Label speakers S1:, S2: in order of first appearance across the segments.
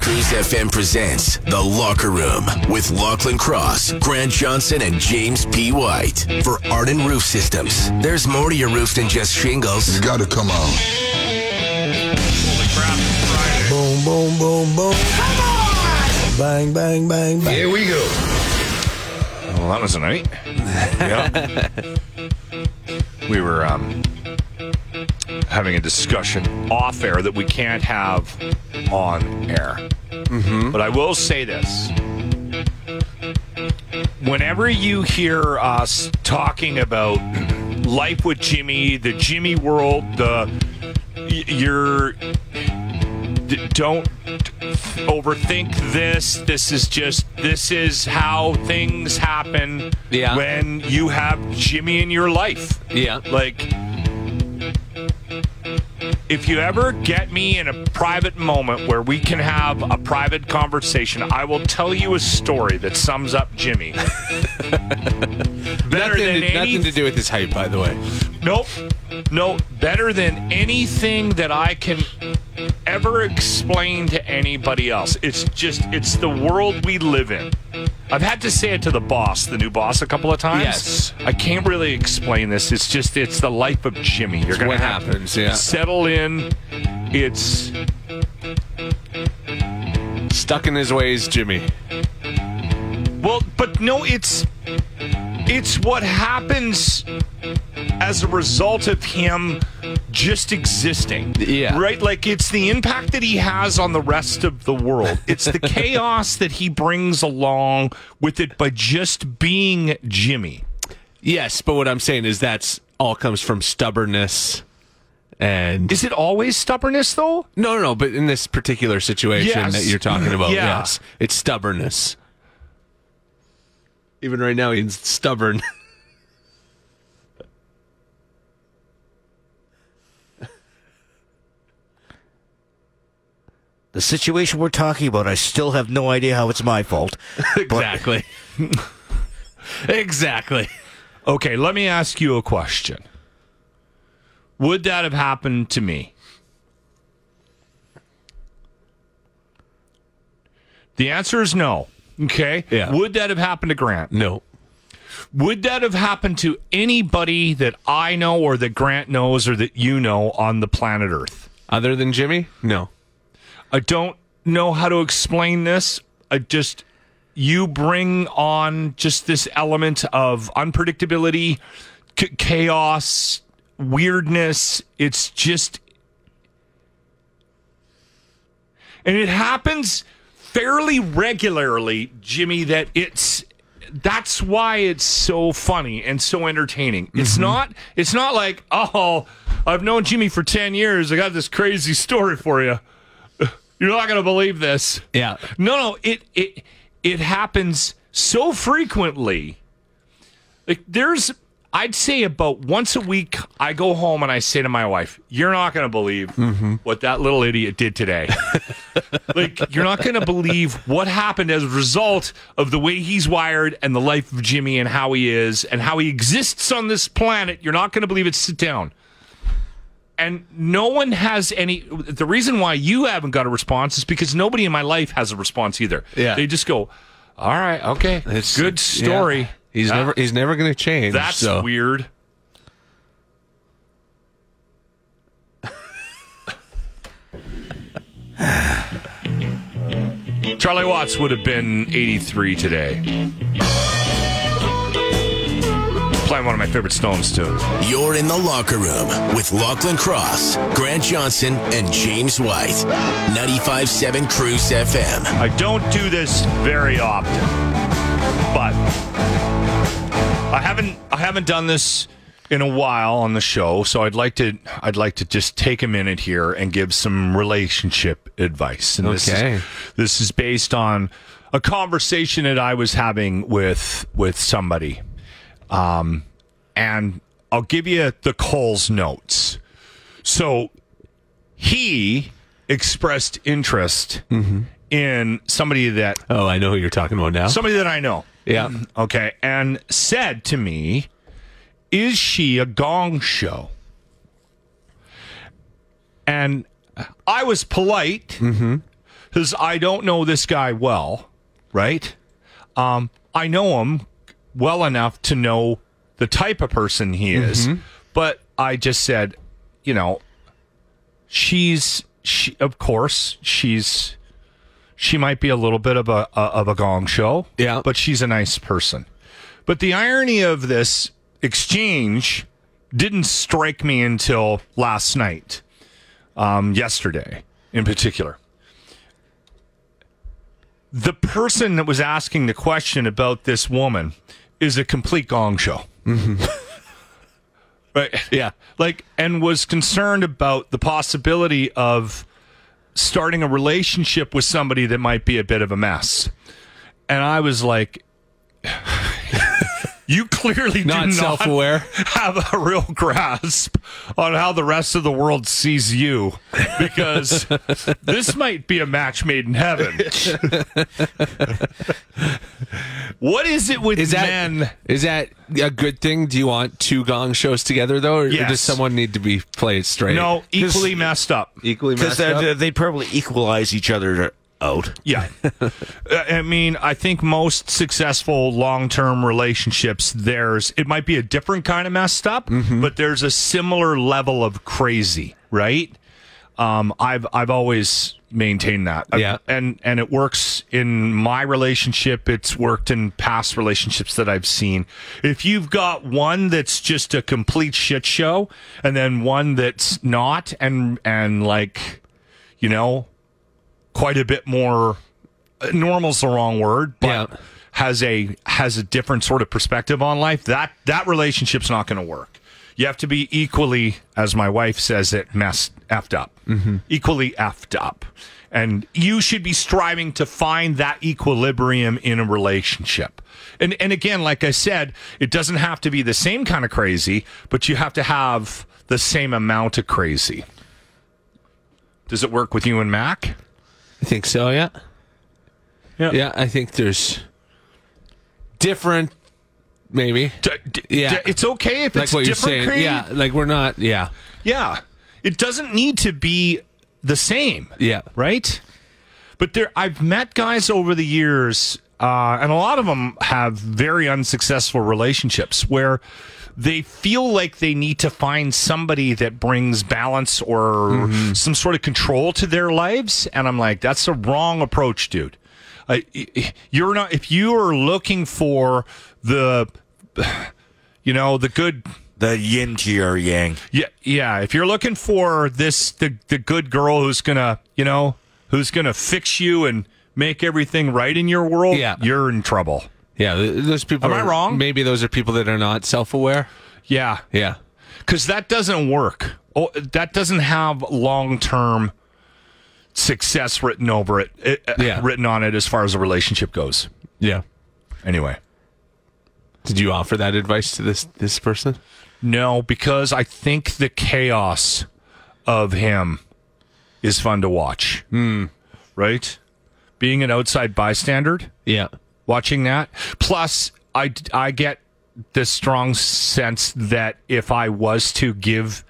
S1: Cruise FM presents The Locker Room with Lachlan Cross, Grant Johnson, and James P. White. For Arden Roof Systems, there's more to your roof than just shingles.
S2: You gotta come on.
S3: Holy crap, it's Friday.
S4: Boom, boom, boom, boom. Bang, bang, bang, bang.
S2: Here we go.
S3: Well, that was a night. Yeah. we were um, having a discussion off air that we can't have on air. But I will say this. Whenever you hear us talking about life with Jimmy, the Jimmy world, the y- your d- don't overthink this. This is just this is how things happen
S5: Yeah.
S3: when you have Jimmy in your life.
S5: Yeah.
S3: Like if you ever get me in a private moment where we can have a private conversation, I will tell you a story that sums up Jimmy. better
S5: Nothing,
S3: than
S5: to,
S3: any
S5: nothing to do with his height, by the way.
S3: Nope. No, better than anything that I can ever explain to anybody else. It's just, it's the world we live in. I've had to say it to the boss, the new boss, a couple of times.
S5: Yes.
S3: I can't really explain this. It's just, it's the life of Jimmy. You're going
S5: what
S3: to have to
S5: happens, yeah.
S3: settle in. It's,
S5: Stuck in his ways, Jimmy.
S3: well, but no, it's, it's what happens as a result of him just existing.
S5: Yeah.
S3: Right? Like it's the impact that he has on the rest of the world. It's the chaos that he brings along with it by just being Jimmy.
S5: Yes, but what I'm saying is that's all comes from stubbornness and
S3: Is it always stubbornness though?
S5: no, no, no. But in this particular situation
S3: Yes.
S5: that you're talking about,
S3: Yeah.
S5: yes, it's stubbornness. Even right now, he's stubborn.
S6: the situation we're talking about, I still have no idea how it's my fault.
S5: exactly. exactly.
S3: Okay, let me ask you a question. Would that have happened to me? The answer is no. Okay.
S5: Yeah.
S3: Would that have happened to Grant?
S5: No.
S3: Would that have happened to anybody that I know or that Grant knows or that you know on the planet Earth?
S5: Other than Jimmy, no.
S3: I don't know how to explain this. I just you bring on just this element of unpredictability, c- chaos, weirdness. It's just and it happens fairly regularly, Jimmy, that it's that's why it's so funny and so entertaining. It's not it's not like, "Oh, I've known Jimmy for 10 years. I got this crazy story for you." You're not going to believe this.
S5: Yeah.
S3: No, no, it it it happens so frequently. Like there's I'd say about once a week I go home and I say to my wife, "You're not going to believe what that little idiot did today." like you're not going to believe what happened as a result of the way he's wired and the life of Jimmy and how he is and how he exists on this planet. You're not going to believe it. Sit down and no one has any the reason why you haven't got a response is because nobody in my life has a response either
S5: Yeah.
S3: they just go all right okay
S5: It's-
S3: good story
S5: yeah. He's
S3: That-
S5: never he's never going to change.
S3: that's
S5: so.
S3: weird Charlie Watts would have been 83 today. Playing one of my favorite Stones, too.
S1: You're in the locker room with Lachlan Cross, Grant Johnson, and James White. 95.7 Cruise FM.
S3: I don't do this very often, but I haven't I haven't done this in a while on the show, so I'd like to I'd like to just take a minute here and give some relationship advice. And this is-
S5: Okay.
S3: this is based on a conversation that I was having with with somebody, um, and I'll give you the Cole's notes. So he expressed interest in somebody that
S5: Oh, I know who you're talking about now.
S3: somebody that I know.
S5: yeah.
S3: Okay, and said to me, "Is she a gong show?" And I was polite, because I don't know this guy well, right? Um, I know him well enough to know the type of person he is, but I just said, you know, she's she, of course, she's she might be a little bit of a, a of a gong show,
S5: Yeah.
S3: but she's a nice person. But the irony of this exchange didn't strike me until last night, um, yesterday in particular. The person that was asking the question about this woman is a complete gong show.
S5: Mm-hmm.
S3: right.
S5: Yeah.
S3: Like, and was concerned about the possibility of starting a relationship with somebody that might be a bit of a mess. And I was like, you clearly
S5: Not
S3: do not
S5: self-aware.
S3: have a real grasp on how the rest of the world sees you because this might be a match made in heaven. what is it with
S5: Is that
S3: men?
S5: is that a good thing? Do you want two gong shows together though, or, or
S3: Yes.
S5: does someone need to be played straight?
S3: No, equally messed up.
S5: equally
S6: Because
S5: messed up?
S6: they probably equalize each other out.
S3: Yeah. Uh, I mean, I think most successful long term relationships, there's, it might be a different kind of messed up, but there's a similar level of crazy, right? Um, I've, I've always maintained that. I've-
S5: Yeah.
S3: And, and it works in my relationship. It's worked in past relationships that I've seen. If you've got one that's just a complete shit show and then one that's not and, and like, you know, quite a bit more uh, normal's the wrong word, but
S5: Yeah.
S3: has a has a different sort of perspective on life. That that relationship's not going to work. You have to be equally, as my wife says it, messed effed up, equally effed up, and you should be striving to find that equilibrium in a relationship. And and again, like I said, it doesn't have to be the same kind of crazy, but you have to have the same amount of crazy. Does it work with you and Mac?
S5: I think so. Yeah.
S3: Yeah.
S5: Yeah. I think there's different, maybe.
S3: D- d-
S5: Yeah.
S3: d- it's okay if
S5: Like
S3: it's
S5: what you're
S3: different.
S5: saying.
S3: creed.
S5: Yeah. Like we're not. Yeah.
S3: yeah. It doesn't need to be the same,
S5: Yeah.
S3: right? But there, I've met guys over the years, uh, and a lot of them have very unsuccessful relationships where they feel like they need to find somebody that brings balance or some sort of control to their lives. And I'm like, that's the wrong approach, dude. Uh, y- y- you're not if you are looking for the, you know, the good
S6: The yin to your yang.
S3: yeah, yeah. If you're looking for this, the the good girl who's gonna, you know, who's gonna fix you and make everything right in your world,
S5: Yeah.
S3: you're in trouble.
S5: Yeah. th- Those people.
S3: Am I
S5: are-
S3: wrong?
S5: Maybe those are people that are not self-aware.
S3: Yeah,
S5: Yeah.
S3: because that doesn't work. Oh, that doesn't have long term success written over it, it uh,
S5: Yeah.
S3: written on it as far as a relationship goes.
S5: Yeah.
S3: Anyway,
S5: Did you offer that advice to this this person?
S3: no, because I think the chaos of him is fun to watch.
S5: Hmm.
S3: Right, being an outside bystander.
S5: Yeah.
S3: watching that. Plus, I, I get the strong sense that if I was to give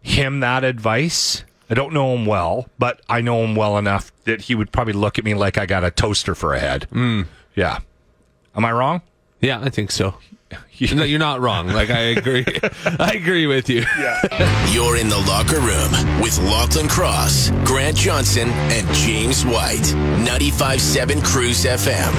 S3: him that advice, I don't know him well, but I know him well enough that he would probably look at me like I got a toaster for a head. Yeah. Am I wrong?
S5: Yeah, I think so. No, you're not wrong. Like I agree. I agree with you.
S1: You're in the locker room with Lachlan Cross, Grant Johnson, and James White. 95.7 Cruise FM.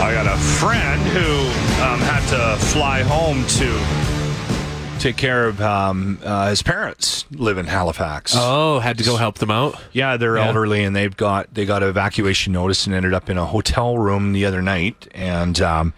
S3: I got a friend who um, had to fly home to take care of um, uh, his parents live in Halifax.
S5: Oh, had to go help them out.
S3: Yeah, they're
S5: Yeah.
S3: elderly and they've got they got an evacuation notice and ended up in a hotel room the other night and um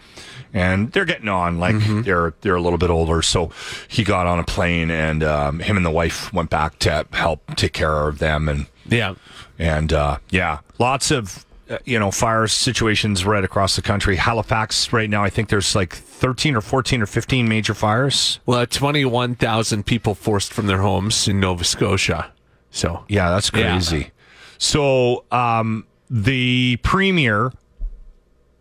S3: and they're getting on like they're they're a little bit older so he got on a plane and um, him and the wife went back to help take care of them and
S5: Yeah.
S3: and uh, yeah, lots of uh, you know fire situations right across the country. Halifax right now, I think there's like 13 or 14 or 15 major fires.
S5: Well, 21,000 people forced from their homes in Nova Scotia. So,
S3: Yeah, that's
S5: Yeah.
S3: crazy. So um, the premier,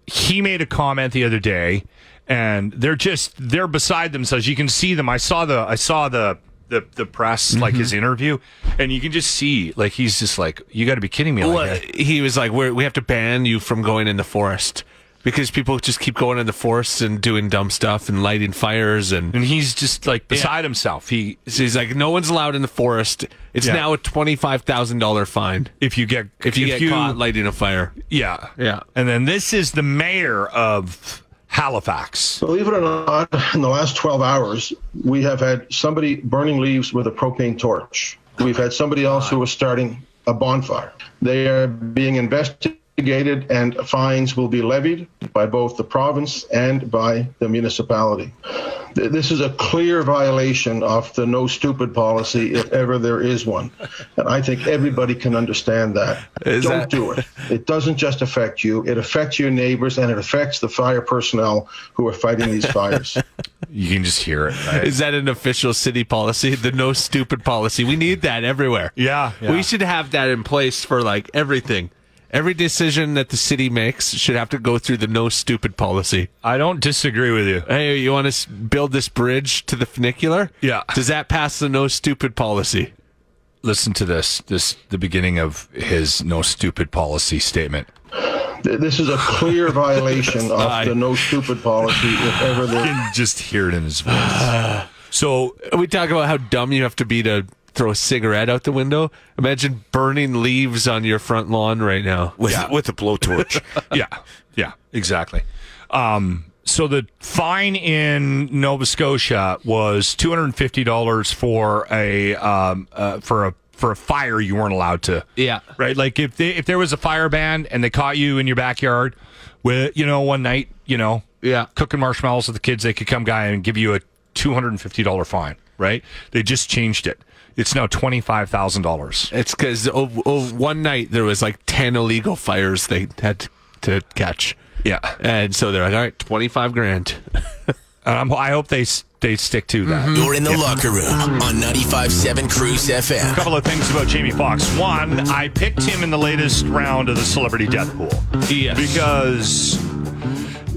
S3: he made a comment the other day, and they're just they're beside themselves. You can see them. I saw the I saw the the the press, like his
S5: Mm-hmm.
S3: interview, and you can just see like he's just like, you got to be kidding me. Like
S5: Well,
S3: that."
S5: he was like, We're, "We have to ban you from going in the forest because people just keep going in the forest and doing dumb stuff and lighting fires." And
S3: and he's just like beside himself. He
S5: so he's like, "No one's allowed in the forest." It's
S3: Yeah.
S5: now a twenty-five thousand dollar fine
S3: if you get
S5: if you get caught lighting a fire.
S3: yeah
S5: Yeah.
S3: And then this is the mayor of Halifax.
S2: Believe it or not, in the last 12 hours, we have had somebody burning leaves with a propane torch. We've had somebody else who was starting a bonfire. They are being investigated, and fines will be levied by both the province and by the municipality. Th- This is a clear violation of the no stupid policy, if ever there is one. And I think everybody can understand that. Don't
S5: that-
S2: do it. It doesn't just affect you, it affects your neighbors and it affects the fire personnel who are fighting these fires.
S3: You can just hear it. right?
S5: Is that an official city policy? The no stupid policy. We need that everywhere.
S3: Yeah, yeah.
S5: We should have that in place for like everything. Every decision that the city makes should have to go through the no stupid policy.
S3: I don't disagree with you.
S5: Hey, you want to build this bridge to the funicular?
S3: Yeah.
S5: Does that pass the no stupid policy?
S3: Listen to this. This the beginning of his no stupid policy statement.
S2: Th- This is a clear violation of the no stupid policy, if ever there
S3: You can just hear it in his voice. So
S5: We talk about how dumb you have to be to throw a cigarette out the window. Imagine burning leaves on your front lawn right now.
S6: with with a blowtorch.
S3: yeah, yeah, exactly. Um, so the fine in Nova Scotia was two hundred and fifty dollars for a um, uh, for a for a fire you weren't allowed to.
S5: Yeah.
S3: right. Like if they, if there was a fire ban and they caught you in your backyard with you know one night you know
S5: Yeah.
S3: cooking marshmallows with the kids, they could come guy and give you a two hundred and fifty dollar fine. Right? They just changed it. It's now twenty five thousand dollars.
S5: It's because oh, oh, one night there was like 10 illegal fires they had to catch.
S3: Yeah.
S5: And so they're like, all right, 25 grand.
S3: And I'm, I hope they s- they stick to that.
S1: You're in the locker room on 95.7 Cruise FM.
S3: couple of things about Jamie Foxx. One, I picked him in the latest round of the Celebrity Death Pool.
S5: Yes.
S3: Because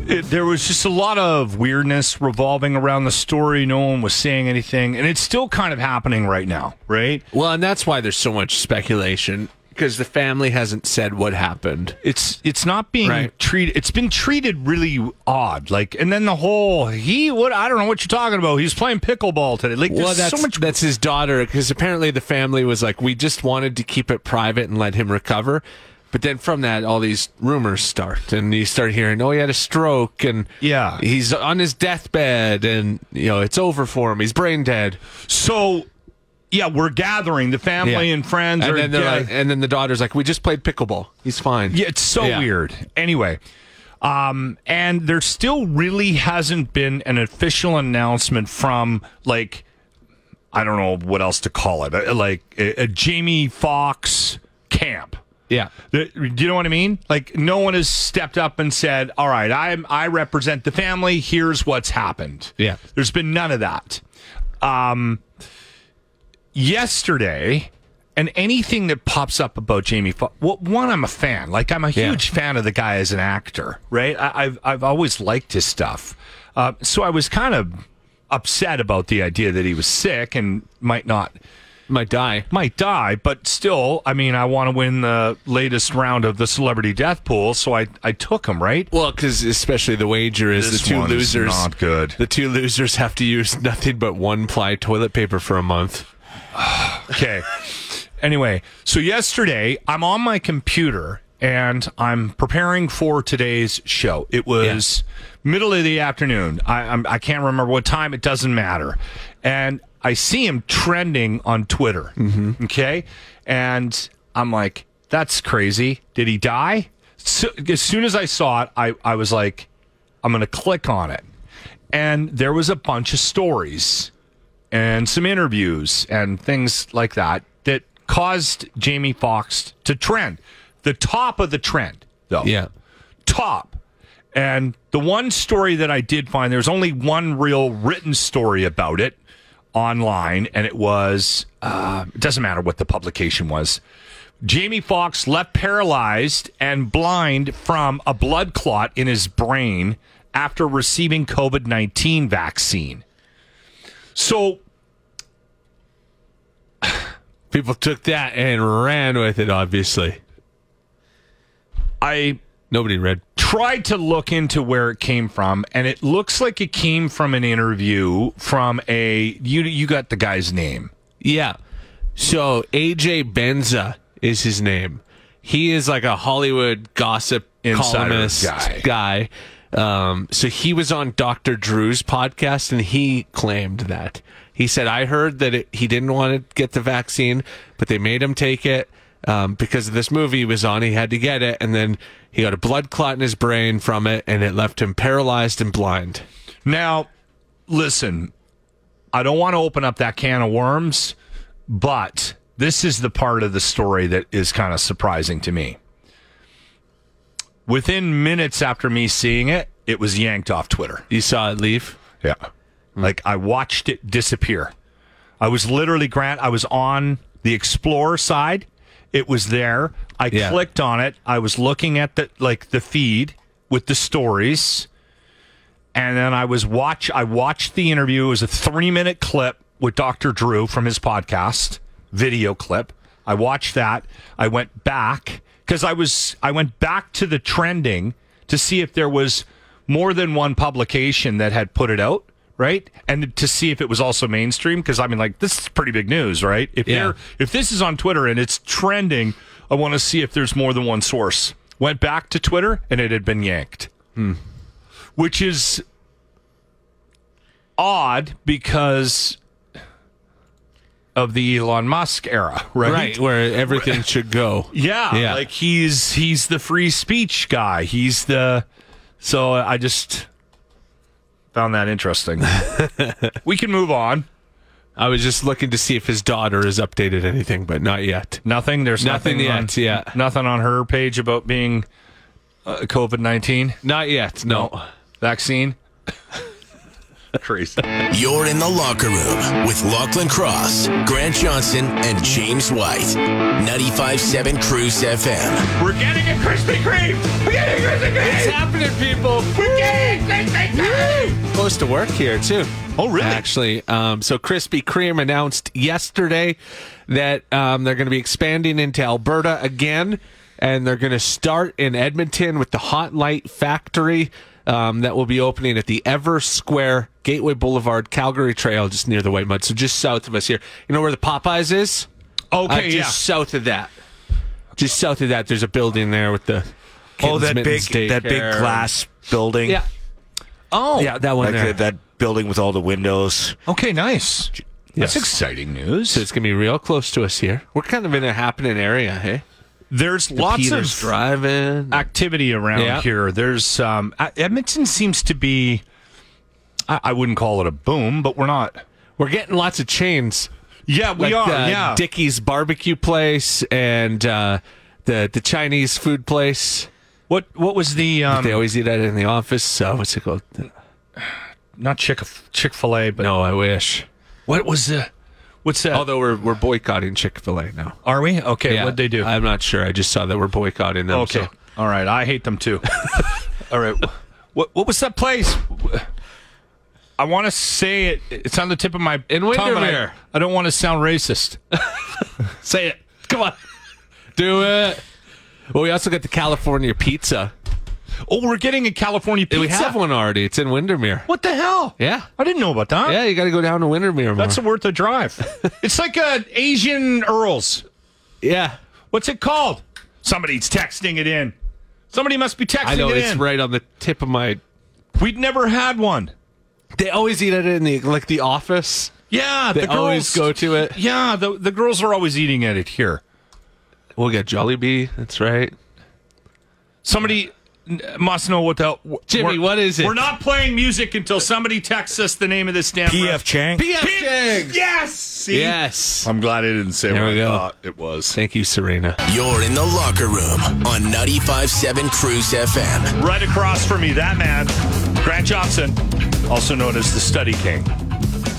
S3: it, there was just a lot of weirdness revolving around the story. No one was saying anything. And it's still kind of happening right now, right?
S5: Well, and that's why there's so much speculation because the family hasn't said what happened.
S3: It's it's not being
S5: Right.
S3: treated. It's been treated really odd. Like, and then the whole he what I don't know what you're talking about. He was playing pickleball today. Like,
S5: Well,
S3: there's
S5: that's
S3: so much
S5: that's his daughter because apparently the family was like, we just wanted to keep it private and let him recover. But then from that, all these rumors start, and you start hearing, oh, he had a stroke, and
S3: Yeah.
S5: he's on his deathbed, and you know it's over for him. He's brain dead.
S3: So, yeah, we're gathering the family
S5: Yeah.
S3: and friends.
S5: And
S3: are,
S5: then they're
S3: yeah.
S5: like, and then the daughter's like, we just played pickleball. He's fine.
S3: Yeah, it's so
S5: Yeah.
S3: weird. Anyway, um, and there still really hasn't been an official announcement from like I don't know what else to call it, uh, like a, a Jamie Fox camp.
S5: yeah.
S3: The- Do you know what I mean? Like no one has stepped up and said, "All right, I I represent the family. Here's what's happened."
S5: Yeah.
S3: there's been none of that. Um, yesterday, and anything that pops up about Jamie Foxx, well, one, I'm a fan. Like I'm a
S5: Yeah.
S3: huge fan of the guy as an actor, right? I, I've I've always liked his stuff. Uh, so I was kind of upset about the idea that he was sick and might not
S5: Might die.
S3: might die, but still, I mean, I want to win the latest round of the celebrity death pool, so I I took him, right?
S5: Well, because especially the wager is
S3: This
S5: the two
S3: one is
S5: losers.
S3: not good.
S5: The two losers have to use nothing but one ply toilet paper for a month.
S3: Okay. anyway, so yesterday I'm on my computer and I'm preparing for today's show. It was middle of the afternoon. I I'm, I can't remember what time. It doesn't matter. And I see him trending on Twitter. Okay, and I'm like, that's crazy. Did he die? So, as soon as I saw it, I, I was like, I'm going to click on it. And there was a bunch of stories and some interviews and things like that that caused Jamie Foxx to trend. The top of the trend, though. Top. And the one story that I did find, there's only one real written story about it online, and it was, uh, it doesn't matter what the publication was. Jamie Foxx left paralyzed and blind from a blood clot in his brain after receiving COVID 19 vaccine. So
S5: People took that and ran with it, obviously.
S3: I
S5: Nobody read.
S3: tried to look into where it came from, and it looks like it came from an interview from a you. You got the guy's name.
S5: Yeah. So AJ Benza is his name. He is like a Hollywood gossip
S3: Insider
S5: columnist guy. Um, so he was on Dr. Drew's podcast and he claimed that. He said, I heard that it, he didn't want to get the vaccine, but they made him take it um, because of this movie he was on. He had to get it. And then he got a blood clot in his brain from it and it left him paralyzed and blind.
S3: Now, listen, I don't want to open up that can of worms, but this is the part of the story that is kind of surprising to me. Within minutes after me seeing it, it was yanked off Twitter.
S5: You saw it leave?
S3: Yeah. Like I watched it disappear. I was literally Grant, I was on the Explorer side. It was there. I
S5: Yeah.
S3: clicked on it. I was looking at the like the feed with the stories. And then I was watch I watched the interview. It was a 3-minute clip with Dr. Drew from his podcast, video clip. I watched that. I went back cuz I was I went back to the trending to see if there was more than one publication that had put it out, right? And to see if it was also mainstream, because I mean, like this is pretty big news, right? If
S5: Yeah.
S3: you're if this is on Twitter and it's trending, I want to see if there's more than one source. Went back to Twitter and it had been yanked, which is odd because of the Elon Musk era, right?
S5: Right, where everything should go.
S3: Yeah,
S5: Yeah.
S3: like he's he's the free speech guy. He's the so I just found that interesting. we can move on.
S5: I was just looking to see if his daughter has updated anything, but not yet.
S3: Nothing. There's nothing,
S5: Nothing
S3: on,
S5: yet, yeah.
S3: Nothing on her page about being uh, COVID nineteen
S5: Not yet. No.
S3: vaccine. Crazy.
S1: You're in the locker room with Lachlan Cross, Grant Johnson, and James White. 95.7 Cruise FM.
S3: We're getting a Krispy Kreme. We're getting a Krispy Kreme. It's happening, people. We're getting a Krispy Kreme.
S5: Close to work here too.
S3: Oh, really?
S5: Actually, um, so Krispy Kreme announced yesterday that um, they're going to be expanding into Alberta again, and they're going to start in Edmonton with the Hot Light Factory um, that will be opening at the Ever Square Gateway Boulevard Calgary Trail, just near the White Mud, so just south of us here. You know where the Popeyes is? Uh,
S3: Okay,
S5: just
S3: yeah.
S5: south of that. Just south of that, there's a building there with the.
S6: Oh,
S5: Kittens
S6: that big
S5: Mittens
S6: that big
S5: Daycare.
S6: glass building.
S5: Yeah. Oh. Yeah, that one
S6: Like
S5: there.
S6: that, that building with all the windows.
S3: Okay, nice. That's
S5: Yes.
S3: exciting news.
S5: So it's gonna be real close to us here. We're kind of in a happening area, hey?
S3: There's lots
S5: Peter's
S3: of
S5: driving.
S3: activity around
S5: Yeah.
S3: here. There's um, uh, Edmonton seems to be. I, I wouldn't call it a boom, but we're not.
S5: We're getting lots of chains.
S3: Yeah, we
S5: Like
S3: are.
S5: the
S3: yeah,
S5: Dickie's barbecue place and uh, the the Chinese food place.
S3: what what was the um,
S5: They always eat at it in the office. Uh, what's it called?
S3: not Chick Chick Fil A, but
S5: No, I wish.
S3: what was the what's that?
S5: Although we're we're boycotting Chick Fil A now.
S3: are we okay? What'd they do?
S5: I'm not sure. I just saw that we're boycotting them.
S3: okay,
S5: so-
S3: all right. I hate them too. all right, what what was that place? I want to say it. It's on the tip of my
S5: In
S3: tongue, but I-
S5: Windermere.
S3: I don't want to sound racist.
S5: Say it. Come on. Do it. Well, we also got the California pizza.
S3: Oh, we're getting a California pizza.
S5: We have one already. It's in Windermere.
S3: What the hell?
S5: Yeah.
S3: I didn't know about that.
S5: Yeah, you got to go down to Windermere. More.
S3: That's worth a drive. it's like a Asian Earls.
S5: yeah.
S3: What's it called? Somebody's texting it in. Somebody must be texting
S5: I know
S3: it
S5: it's
S3: in.
S5: right on the tip of my.
S3: We'd never had one.
S5: They always eat it in the like the office.
S3: Yeah,
S5: They
S3: the
S5: always
S3: girls
S5: go to it.
S3: Yeah, the the girls are always eating at it here.
S5: We'll get Jollibee. That's right.
S3: Somebody n- must know what the wh-
S5: Jimmy,
S3: we're-
S5: what is it?
S3: We're not playing music until somebody texts us the name of this damn.
S6: PF
S3: restaurant.
S6: Chang.
S5: PF
S3: Yes. See?
S5: Yes.
S3: I'm glad I didn't say
S5: There
S3: what
S5: we
S3: I
S5: go.
S3: thought it was.
S5: Thank you, Serena.
S1: You're in the locker room on 95.7 Cruise FM.
S3: Right across from me, that man, Grant Johnson, also known as the Study King.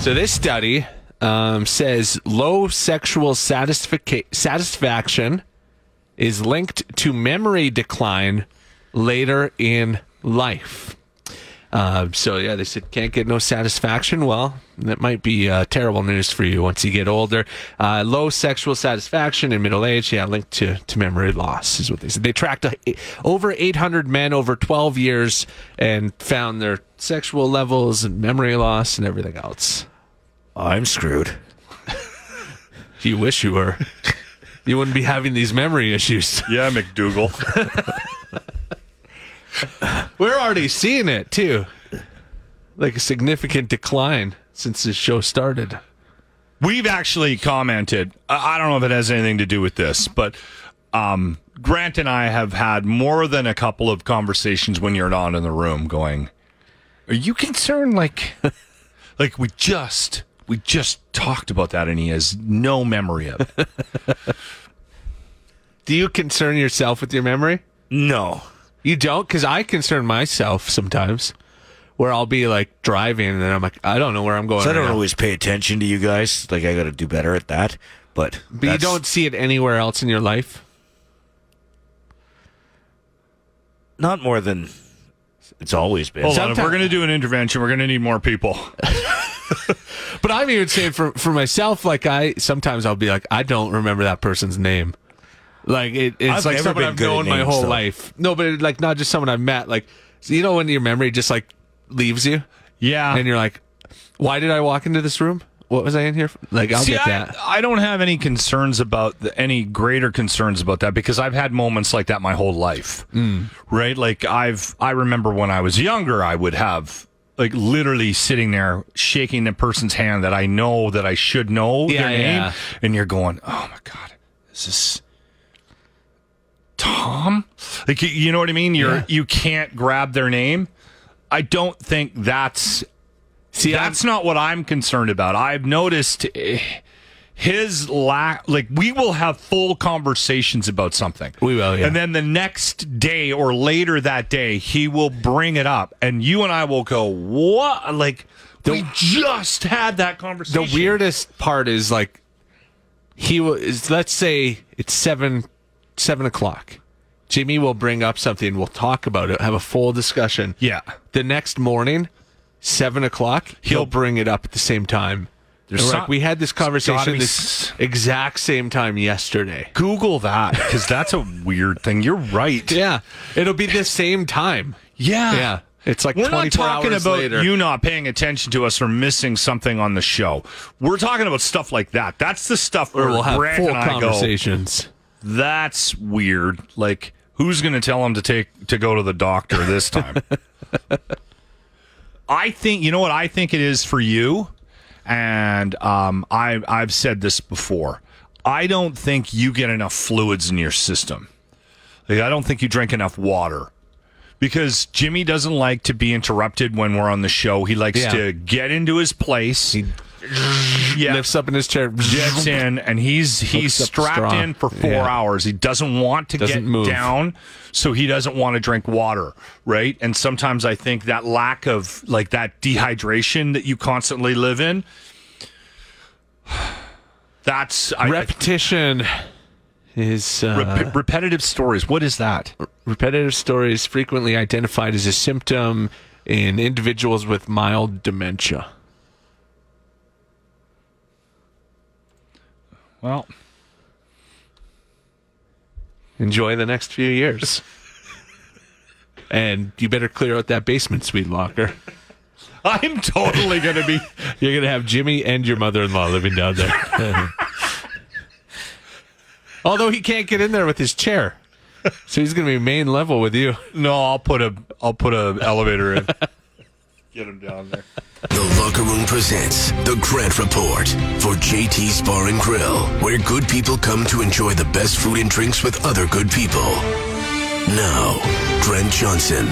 S5: So this study um, says low sexual satisfica- satisfaction is linked to memory decline later in life. Um, so yeah, they said can't get no satisfaction. Well, that might be uh, terrible news for you once you get older. Uh, low sexual satisfaction in middle age. Yeah, linked to to memory loss is what they said. They tracked a, over 800 men over 12 years and found their sexual levels and memory loss and everything else.
S6: I'm screwed.
S5: You wish you were. You wouldn't be having these memory issues.
S3: Yeah, McDougal.
S5: We're already seeing it too. Like a significant decline since this show started.
S3: We've actually commented. I I don't know if it has anything to do with this, but um, Grant and I have had more than a couple of conversations when you're not in the room going, Are you concerned? Like, like we just. We just talked about that, and he has no memory of it.
S5: Do you concern yourself with your memory?
S3: No,
S5: You don't? Because I concern myself sometimes where I'll be like driving and then I'm like, I don't know where I'm going.
S6: So I
S5: right
S6: don't
S5: now.
S6: always pay attention to you guys. Like I got to do better at that. But,
S5: But you
S6: that's-
S5: don't see it anywhere else in your life.
S6: Not more than it's always been.
S3: Hold on, if we're going to do an intervention, we're going to need more people.
S5: But I'm even saying for, for myself, like I sometimes I'll be like, I don't remember that person's name. Like it, it's
S6: I've
S5: like
S6: never
S5: someone
S6: been
S5: I've
S6: good at
S5: known my
S6: names,
S5: whole
S6: though.
S5: life. No, but it, like not just someone I've met. Like so you know when your memory just like leaves you
S6: Uh-huh.
S3: Yeah,
S5: and you're like, why did I walk into this room? What was I in here? For? Like I'll
S3: See,
S5: get
S3: I,
S5: that.
S3: I don't have any concerns about the, any greater concerns about that because I've had moments like that my whole life.
S5: Hmm.
S3: Right? Like I've I remember when I was younger, I would have like literally sitting there shaking the person's hand that I know that I should know
S5: Yeah,
S3: their name,
S5: yeah.
S3: and you're going, "Oh my god, is this Tom?" Like you, you know what I mean? You're you can't grab their name. I don't think that's
S5: See,
S3: that's not what I'm concerned about. I've noticed eh, his lack. Like we will have full conversations about something.
S5: We will, yeah.
S3: And then the next day or later that day, he will bring it up, and you and I will go, "What?" Like we just had that
S5: the
S3: conversation.
S5: weirdest part is like he was let's say it's seven seven o'clock jimmy will bring up something we'll talk about it have a full discussion
S3: Yeah.
S5: the next morning seven o'clock he'll,
S3: He'll-
S5: bring it up at the same time
S3: There's
S5: And we're
S3: some-
S5: like, we had this
S3: gotta
S5: conversation
S3: be
S5: this
S3: s-
S5: exact same time yesterday
S3: Google that because that's a weird thing. You're right.
S5: yeah it'll be the same time
S3: Yeah.
S5: yeah it's like
S3: We're
S5: 24
S3: not talking
S5: hours
S3: about
S5: later
S3: you not paying attention to us or missing something on the show. We're talking about stuff like that. That's the stuff where
S5: we'll have
S3: Grant
S5: full
S3: and I go,
S5: conversations
S3: that's weird. Like, who's going to tell him to take to go to the doctor this time? I think you know what I think it is for you, and um, I I've said this before. I don't think you get enough fluids in your system. Like, I don't think you drink enough water. Because Jimmy doesn't like to be interrupted when we're on the show. He likes
S5: Yeah.
S3: to get into his place. yeah
S5: lifts up in his chair
S3: jets in and he's he's
S5: Hooks up
S3: strapped
S5: straw.
S3: in for four
S5: Yeah.
S3: hours. He doesn't want to
S5: Doesn't
S3: get
S5: move.
S3: down, so he doesn't want to drink water, right? And sometimes I think that lack of like that dehydration that you constantly live in. That's I,
S5: repetition is uh,
S3: I- rep- repetitive stories. What is that?
S5: repetitive stories frequently identified as a symptom in individuals with mild dementia.
S3: Well,
S5: Enjoy the next few years. and you better clear out that basement suite locker.
S3: I'm totally gonna be.
S5: You're going to have Jimmy and your mother in law living down there. Although he can't get in there with his chair. So he's going to be main level with you.
S3: No, I'll put a I'll put a elevator in. Get him down there.
S1: The Locker Room presents The Grant Report for JT's Bar and Grill, where good people come to enjoy the best food and drinks with other good people. Now, Grant Johnson.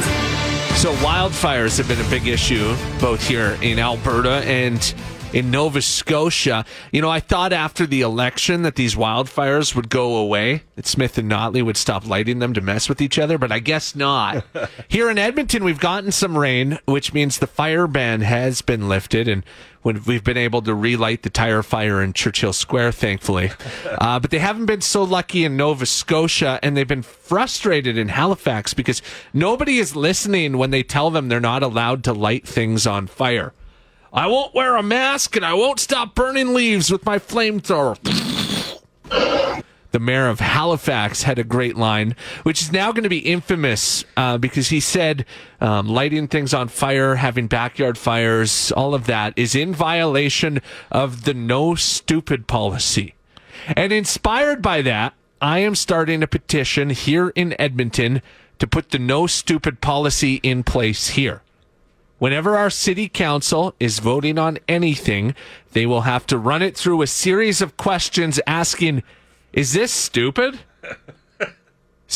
S5: So wildfires have been a big issue both here in Alberta and in Nova Scotia. You know, I thought after the election that these wildfires would go away, that Smith and Notley would stop lighting them to mess with each other, but I guess not. Here in Edmonton, we've gotten some rain, which means the fire ban has been lifted, and when we've been able to relight the tire fire in Churchill Square, thankfully. Uh, but they haven't been so lucky in Nova Scotia, and they've been frustrated in Halifax because nobody is listening when they tell them they're not allowed to light things on fire. I won't wear a mask and I won't stop burning leaves with my flamethrower. The mayor of Halifax had a great line, which is now going to be infamous uh, because he said um, lighting things on fire, having backyard fires, all of that is in violation of the no stupid policy. And inspired by that, I am starting a petition here in Edmonton to put the no stupid policy in place here. Whenever our city council is voting on anything, they will have to run it through a series of questions asking, Is this stupid?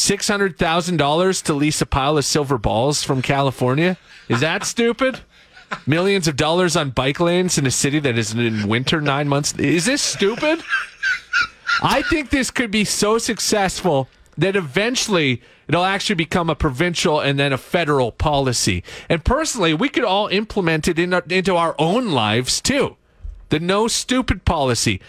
S5: $600,000 to lease a pile of silver balls from California? Is that stupid? Millions of dollars on bike lanes in a city that is in winter nine months? Is this stupid? I think this could be so successful that eventually it'll actually become a provincial and then a federal policy. And personally, we could all implement it in our, into our own lives too. The no stupid policy.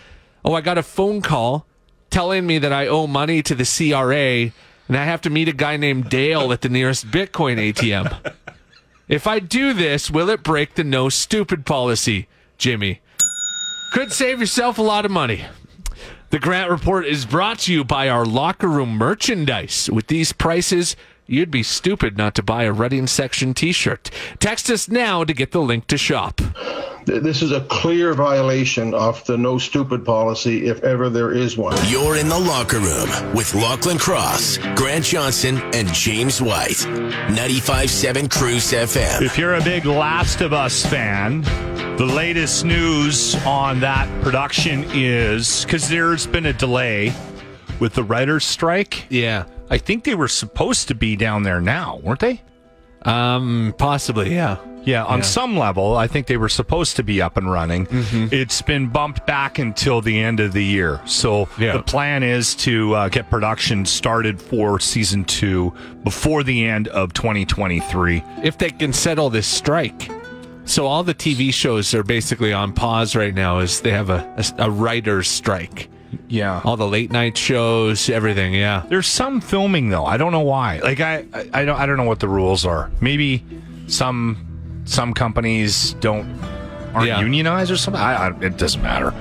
S5: Oh, I got a phone call telling me that I owe money to the CRA and I have to meet a guy named Dale at the nearest Bitcoin ATM. If I do this, will it break the no stupid policy, Jimmy? Could save yourself a lot of money. The Grant Report is brought to you by our locker room merchandise. With these prices, you'd be stupid not to buy a Reading Section t shirt. Text us now to get the link to shop.
S2: Th- This is a clear violation of the no stupid policy, if ever there is one.
S1: You're in the locker room with Lachlan Cross, Grant Johnson, and James White. 95.7 Cruise FM.
S7: If you're a big Last of Us fan, the latest news on that production is because there's been a delay with the writer's strike.
S5: Yeah.
S3: I think they were supposed to be down there now, weren't they?
S5: Um, possibly, yeah.
S3: Yeah, on some level, I think they were supposed to be up and running.
S5: Mm-hmm.
S3: It's been bumped back until the end of the year. So
S5: Yeah.
S3: the plan is to uh, get production started for season two before the end of 2023.
S5: If they can settle this strike. So all the TV shows are basically on pause right now as they have a, a, a writer's strike.
S3: Yeah.
S5: All the late night shows, everything, yeah.
S3: There's some filming though. I don't know why. Like I, I, I don't, I don't know what the rules are. Maybe some, some companies don't aren't
S5: Yeah.
S3: unionized or something. I, I, it doesn't matter.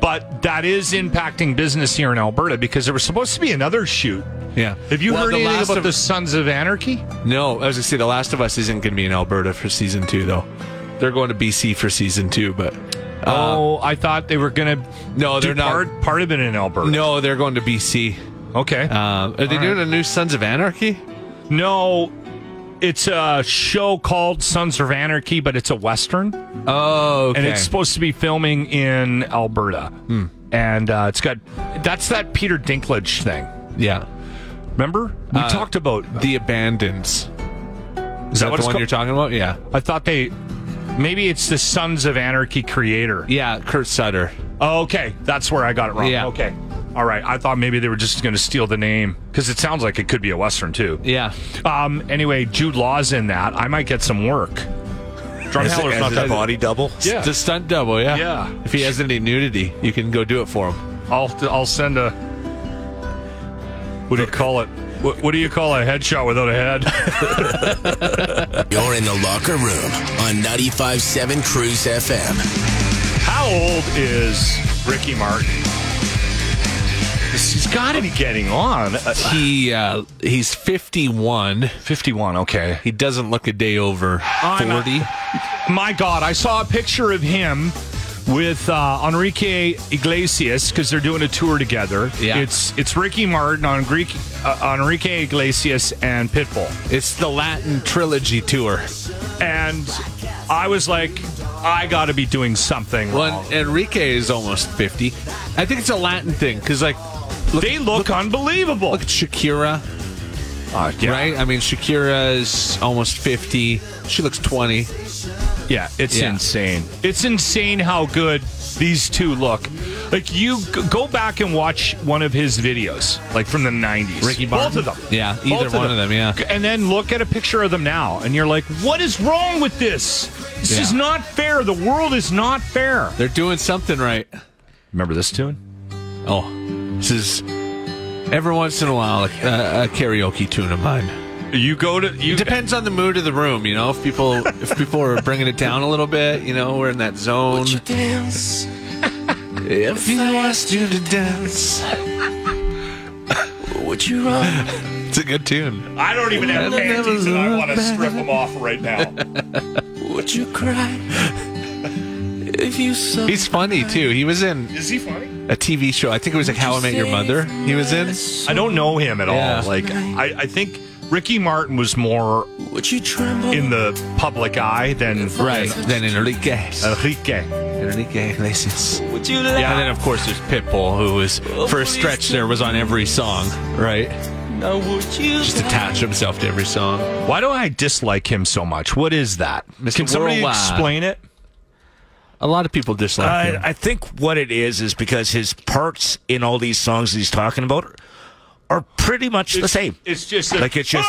S3: But that is impacting business here in Alberta because there was supposed to be another shoot.
S5: Yeah.
S3: Have you
S5: Well,
S3: heard
S5: the
S3: anything
S5: last
S3: about
S5: of-
S3: the Sons of Anarchy?
S5: No, I was gonna say The Last of Us isn't gonna be in Alberta for season two though. They're going to BC for season two, but
S3: oh, I thought they were gonna.
S5: Uh, No,
S3: do
S5: they're not-
S3: Part, part of it in Alberta.
S5: no, they're going to BC.
S3: Okay.
S5: Um, are they
S3: All
S5: doing
S3: right.
S5: a new Sons of Anarchy?
S3: no, it's a show called Sons of Anarchy, but it's a western.
S5: Oh, okay. Hmm.
S3: and it's supposed to be filming in Alberta. And uh, it's got that's that Peter Dinklage thing.
S5: yeah,
S3: Remember we
S5: Uh.
S3: talked about
S5: The Abandons. Is
S3: that what
S5: that, the
S3: it's
S5: one
S3: called?
S5: you're talking about? Yeah,
S3: I thought they maybe it's the Sons of Anarchy creator.
S5: yeah. Kurt Sutter.
S3: Oh, okay, that's where I got it wrong.
S5: Yeah.
S3: Okay. All right, I thought maybe they were just going to steal the name because it sounds like it could be a western too.
S5: Yeah,
S3: Um. Anyway, Jude Law's in that. I might get some work. Drumheller's not that bad.
S8: body double.
S3: Yeah.
S5: the stunt double. Yeah,
S3: Yeah.
S5: If he has any nudity, you can go do it for him.
S3: I'll I'll send a. What do you call it? What, what do you call a headshot without a head?
S1: You're in the locker room on 95.7 Cruise FM.
S3: How old is Ricky Martin? He's got to be getting on.
S5: He uh, he's 51.
S3: 51, okay.
S5: He doesn't look a day over 40.
S3: I'm not- My God, I saw a picture of him with uh, Enrique Iglesias because they're doing a tour together.
S5: Yeah.
S3: It's it's Ricky Martin on Greek uh, Enrique Iglesias and Pitbull.
S5: It's the Latin trilogy tour.
S3: And I was like I got to be doing something
S5: Well,
S3: wrong.
S5: Enrique is almost 50. I think it's a Latin thing because, like, look,
S3: they look, unbelievable.
S5: look at Shakira,
S3: Uh, yeah.
S5: right? I mean, Shakira is almost 50. She looks 20.
S9: Yeah, it's
S5: Yeah.
S9: insane. It's insane how good these two look. Like you g- go back and watch one of his videos, like from the '90s.
S5: Ricky
S9: both
S5: Martin?
S9: of them.
S5: Yeah, either
S9: Both
S5: one of them, yeah.
S9: G- and then look at a picture of them now, and you're like, "What is wrong with this? This
S5: Yeah.
S9: is not fair. The world is not fair."
S5: They're doing something right.
S9: Remember this tune?
S5: Oh, this is every once in a while a, a, a karaoke tune of mine.
S9: You go to you.
S5: It depends on the mood of the room, you know. If people if people are bringing it down a little bit, you know, we're in that zone.
S7: dance.
S5: If you asked you to dance,
S7: Would you run?
S5: it's a good tune.
S9: I don't even have
S5: I never
S9: panties, and I
S5: look
S9: want to
S5: back.
S9: strip them off right now.
S7: Would you cry? if you saw
S5: He's funny too. He was in
S9: is he funny?
S5: a TV show. I think it was like How I Met Your Mother. He was in.
S9: I don't know him at
S5: Yeah.
S9: all. Like I, I think Ricky Martin was more
S7: Would you tremble?
S3: in the public eye than
S5: Right. Then Enrique.
S7: Oh.
S3: Enrique.
S5: Enrique Iglesias.
S7: Would you let
S5: And then of course there's Pitbull, who was for a stretch there was on every song. Right.
S7: Now would you
S5: Just attach himself to every song.
S9: Why do I dislike him so much? What is that?
S5: Mr.
S9: Can somebody
S5: Worldwide.
S9: explain it?
S5: A lot of people dislike him.
S6: I, I think what it is is because his parts in all these songs he's talking about are pretty much the same.
S9: It's just
S6: Like it's just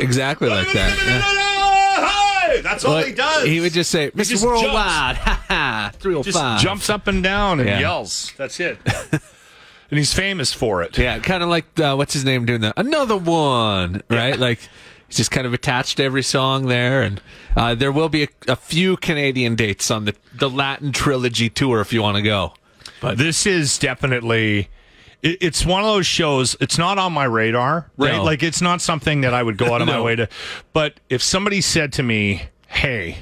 S5: Exactly like that. yeah.
S9: That's all
S5: Like,
S9: he does.
S5: He would just say,
S9: just
S5: Mr. Worldwide, oh ha ha, 305.
S9: just jumps up and down and
S5: Yeah.
S9: yells. That's it. and he's famous for it.
S5: Yeah, kind of like, uh, what's his name doing that? Another one, right? Like, he's just kind of attached to every song there. And uh, there will be a, a few Canadian dates on the, the Latin Trilogy tour if you want to go.
S3: This is definitely. it- It's one of those shows. It's not on my radar, right?
S5: No.
S3: Like it's not something that I would go out of my
S5: No.
S3: way to. But if somebody said to me, "Hey,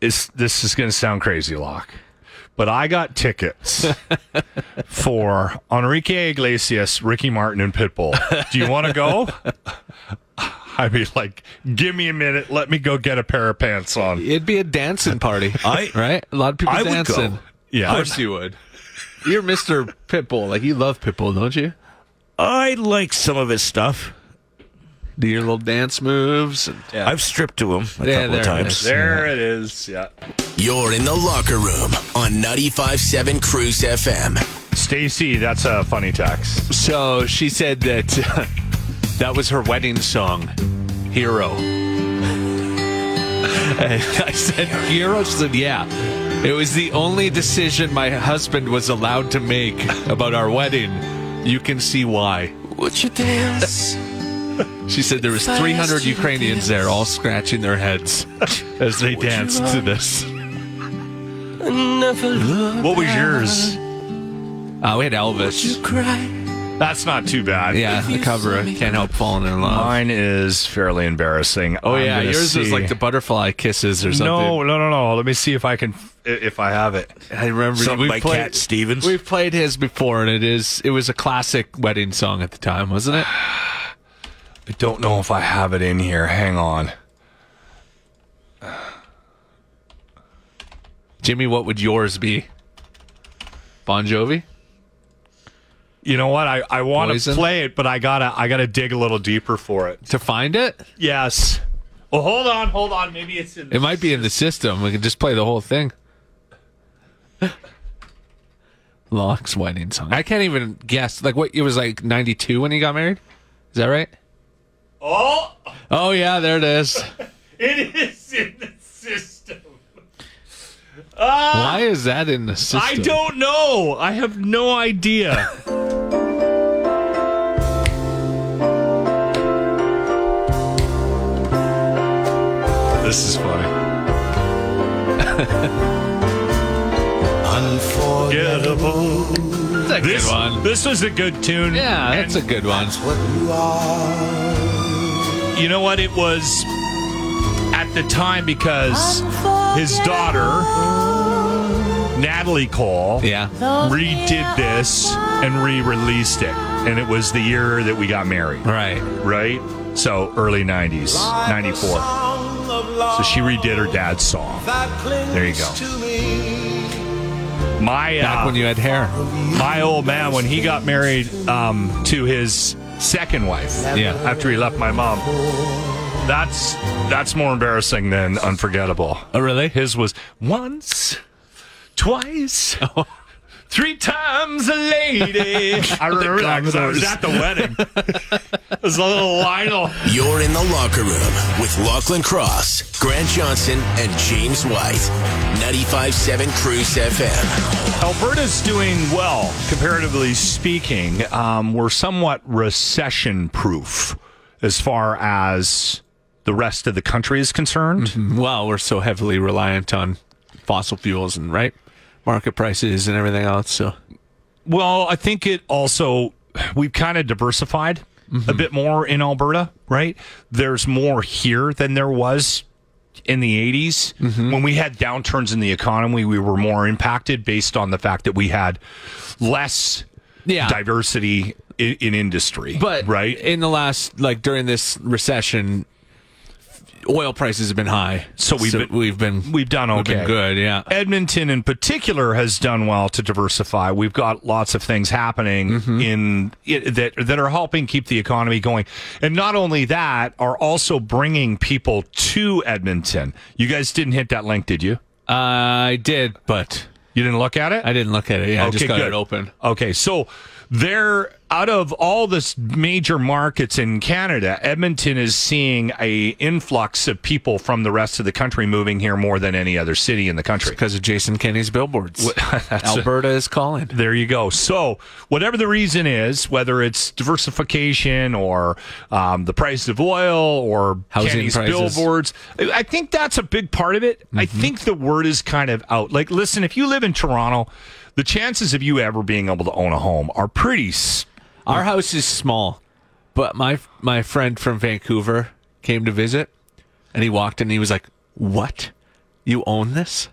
S3: is this is going to sound crazy, Locke?" But I got tickets for Enrique Iglesias, Ricky Martin, and Pitbull. Do you want to go? I'd be like, "Give me a minute. Let me go get a pair of pants on."
S5: It'd be a dancing party,
S3: I-
S5: right? A lot of people
S3: I would
S5: dancing.
S3: go. Yeah,
S5: Of course you would. You're Mr. Pitbull. Like, you love Pitbull, don't you?
S6: I like some of his stuff.
S5: Do your little dance moves. And, yeah.
S6: I've stripped to him a
S5: Yeah,
S6: couple
S5: there it
S6: of times.
S5: is.
S3: there it is. Yeah.
S1: You're in the locker room on 95.7 Cruise FM.
S3: Stacy, that's a funny text.
S5: So she said that uh, that was her wedding song, Hero. And I said, Hero? She said, yeah. It was the only decision my husband was allowed to make about our wedding. You can see why.
S7: would you dance?
S5: She said there was 300 Ukrainians there, all scratching their heads as they danced to this.
S7: and never look
S3: What was yours?
S5: Uh, we had
S7: you
S5: Elvis.
S7: cry.
S3: That's not too bad.
S5: Yeah, the cover. of Can't help falling in love.
S3: Mine is fairly embarrassing.
S5: Oh
S3: I'm
S5: yeah,
S3: gonna
S5: yours was
S3: see-
S5: like the butterfly kisses or something.
S3: No, no, no, no. Let me see if I can, if I have it.
S5: I remember
S6: Something
S5: we
S6: by
S5: played-
S6: Cat Stevens.
S5: We've played his before, and it is it was a classic wedding song at the time, wasn't it?
S3: I don't know if I have it in here. Hang on.
S5: Jimmy, what would yours be? Bon Jovi.
S3: You know what? I, I want to
S5: Poison?
S3: play it, but I gotta, I gotta dig a little deeper for it.
S5: To find it,
S3: Yes. Well, hold on, hold on. Maybe it's in.
S5: it might be in the system. We can just play the whole thing. Locke's wedding song. I can't even guess. Like what? It was like '92 when he got married. Is that right?
S3: Oh,
S5: Oh yeah, there it is.
S3: it is in the system.
S5: Why is that in the system?
S3: I don't know. I have no idea. this is funny.
S7: Unforgettable.
S5: That's a
S3: This,
S5: good one.
S3: this was a good tune.
S5: Yeah, that's a
S3: And
S5: good one.
S3: you know what? It was at the time because his daughter, Natalie Cole,
S5: Yeah,
S3: redid this and re released it. And it was the year that we got married.
S5: right.
S3: right? So early 90s, 94. So she redid her dad's song. There you go. My
S5: Back
S3: uh,
S5: when you had hair.
S3: my old man when he got married um, to his second wife
S5: Yeah.
S3: after he left my mom. That's that's more embarrassing than unforgettable.
S5: Oh, really?
S3: His was once, twice, three times a lady. I remember that because I was at the wedding. it was a little Lionel.
S1: You're in the locker room with Lachlan Cross, Grant Johnson, and James White. 95.7 Cruise FM.
S3: Alberta's doing well, comparatively speaking. Um, we're somewhat recession proof as far as the rest of the country is concerned.
S5: Well, we're so heavily reliant on fossil fuels and right market prices and everything else. So
S3: Well, I think it also we've kind of diversified a
S5: Mm-hmm.
S3: bit more in Alberta, right? There's more here than there was in the 80s
S5: Mm-hmm.
S3: when we had downturns in the economy we were more impacted based on the fact that we had less
S5: Yeah.
S3: diversity in, in industry
S5: But
S3: right
S5: in the last like during this recession, oil prices have been high.
S3: So we've been-
S5: we've been
S3: we've done
S5: we've been
S3: okay.
S5: good. Yeah.
S3: Edmonton in particular has done well to diversify. We've got lots of things happening
S5: Mm-hmm.
S3: in it, that that are helping keep the economy going. And not only that, are also bringing people to Edmonton. You guys didn't hit that link, did you?
S5: Uh, I did, but
S3: You didn't look at it?
S5: I didn't look at it. Yeah, I just got
S3: good.
S5: it open.
S3: Okay, so they're out of all the s- major markets in Canada, Edmonton is seeing a influx of people from the rest of the country moving here more than any other city in the country.
S5: Because of Jason Kenny's billboards. Alberta is calling.
S3: There you go. So, whatever the reason is, whether it's diversification or um, the price of oil or
S5: Housing
S3: Kenny's
S5: prices. Mm-hmm.
S3: billboards, I I think that's a big part of it. I think the word is kind of out. Like, listen, if you live in Toronto, the chances of you ever being able to own a home are pretty. s-
S5: Our house is small, but my my friend from Vancouver came to visit, and he walked in and he was like, "What? You own this?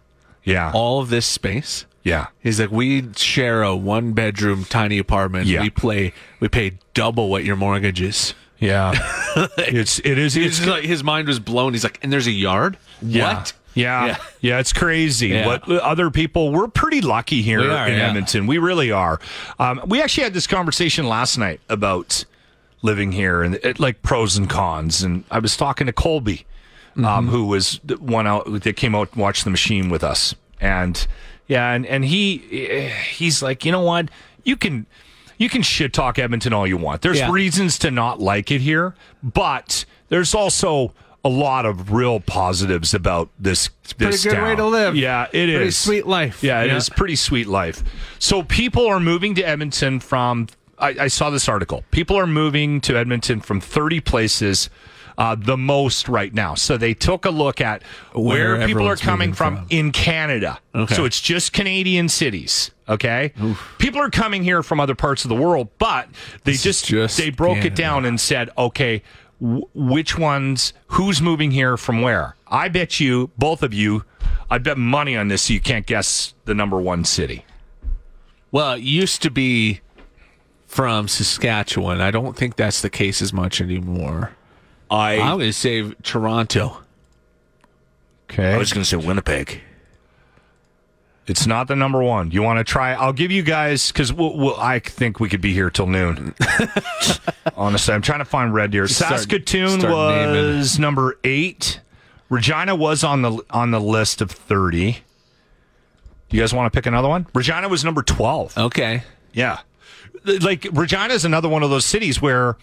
S3: Yeah.
S5: All of this space?"
S3: yeah.
S5: He's like, "We share a one bedroom tiny apartment.
S3: Yeah.
S5: We play. We pay double what your mortgage is."
S3: Yeah. it's it is
S5: He's
S3: it's
S5: just like his mind was blown. He's like, "And there's a yard?
S3: Yeah.
S5: What?"
S3: Yeah. yeah,
S5: Yeah.
S3: it's crazy.
S5: Yeah.
S3: What other people? We're pretty lucky here
S5: We are,
S3: in
S5: yeah.
S3: Edmonton. We really are. Um, we actually had this conversation last night about living here and it, like pros and cons. And I was talking to Colby,
S5: Mm-hmm.
S3: um, who was the one out that came out and watched the machine with us. And yeah, and and he eh, he's like, you know what, you can. You can shit talk Edmonton all you want. There's
S5: Yeah.
S3: reasons to not like it here, but there's also a lot of real positives about this.
S5: pretty
S3: this
S5: good
S3: town.
S5: way to live.
S3: Yeah, it is
S5: Pretty sweet life.
S3: Yeah, it is
S5: Yeah.
S3: pretty sweet life. So people are moving to Edmonton from. I, I saw this article. People are moving to Edmonton from 30 places, uh, the most right now. So they took a look at where,
S5: Where
S3: people are
S5: everyone's
S3: coming
S5: moving
S3: from,
S5: from.
S3: in Canada.
S5: Okay.
S3: So it's just Canadian cities. Okay, people are coming here from other parts of the world, but they just,
S5: just
S3: they broke it
S5: Canada.
S3: down down and said, okay, w- which ones, who's moving here from where? I bet you, both of you, I bet money on this, so you can't guess the number one city.
S5: Well, it used to be from Saskatchewan. I don't think that's the case as much anymore.
S6: I,
S5: I'm going to say Toronto.
S6: I
S3: Okay.
S6: was going to say Winnipeg.
S3: It's not the number one. You want to try? I'll give you guys, because we'll, we'll, I think we could be here till noon. Honestly, I'm trying to find Red Deer.
S5: start-
S3: Saskatoon
S5: start naming.
S3: was number eight. Regina was on the on the list of 30. You guys want to pick another one? Regina was number 12.
S5: Okay.
S3: Yeah. Like Regina is another one of those cities where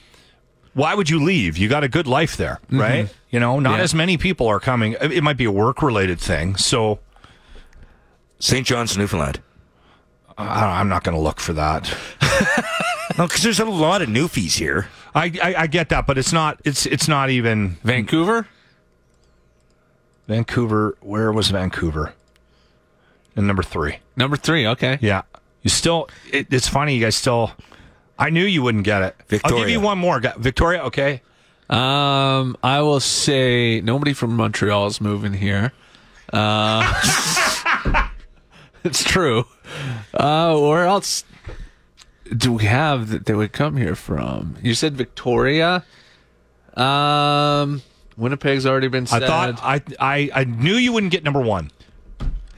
S3: why would you leave? You got a good life there, right? You know, not
S5: Yeah.
S3: as many people are coming. It it might be a work related thing. So
S6: St. John's, Newfoundland.
S3: I, I'm not going to look for that.
S6: No, because there's a lot of Newfies here.
S3: I, I, I get that, but it's not it's it's not even
S5: Vancouver?
S3: Vancouver. Where was Vancouver? And number three.
S5: Number three. Okay.
S3: Yeah. You still, it, it's funny. You guys still, I knew you wouldn't get it. I'll give
S6: Victoria.
S3: you one more. Got- Victoria, okay.
S5: Um, I will say nobody from Montreal is moving here. Uh, it's true. Uh, where else do we have that they would come here from? You said Victoria. Um, Winnipeg's already been
S3: I
S5: said.
S3: thought I, I I knew you wouldn't get number one.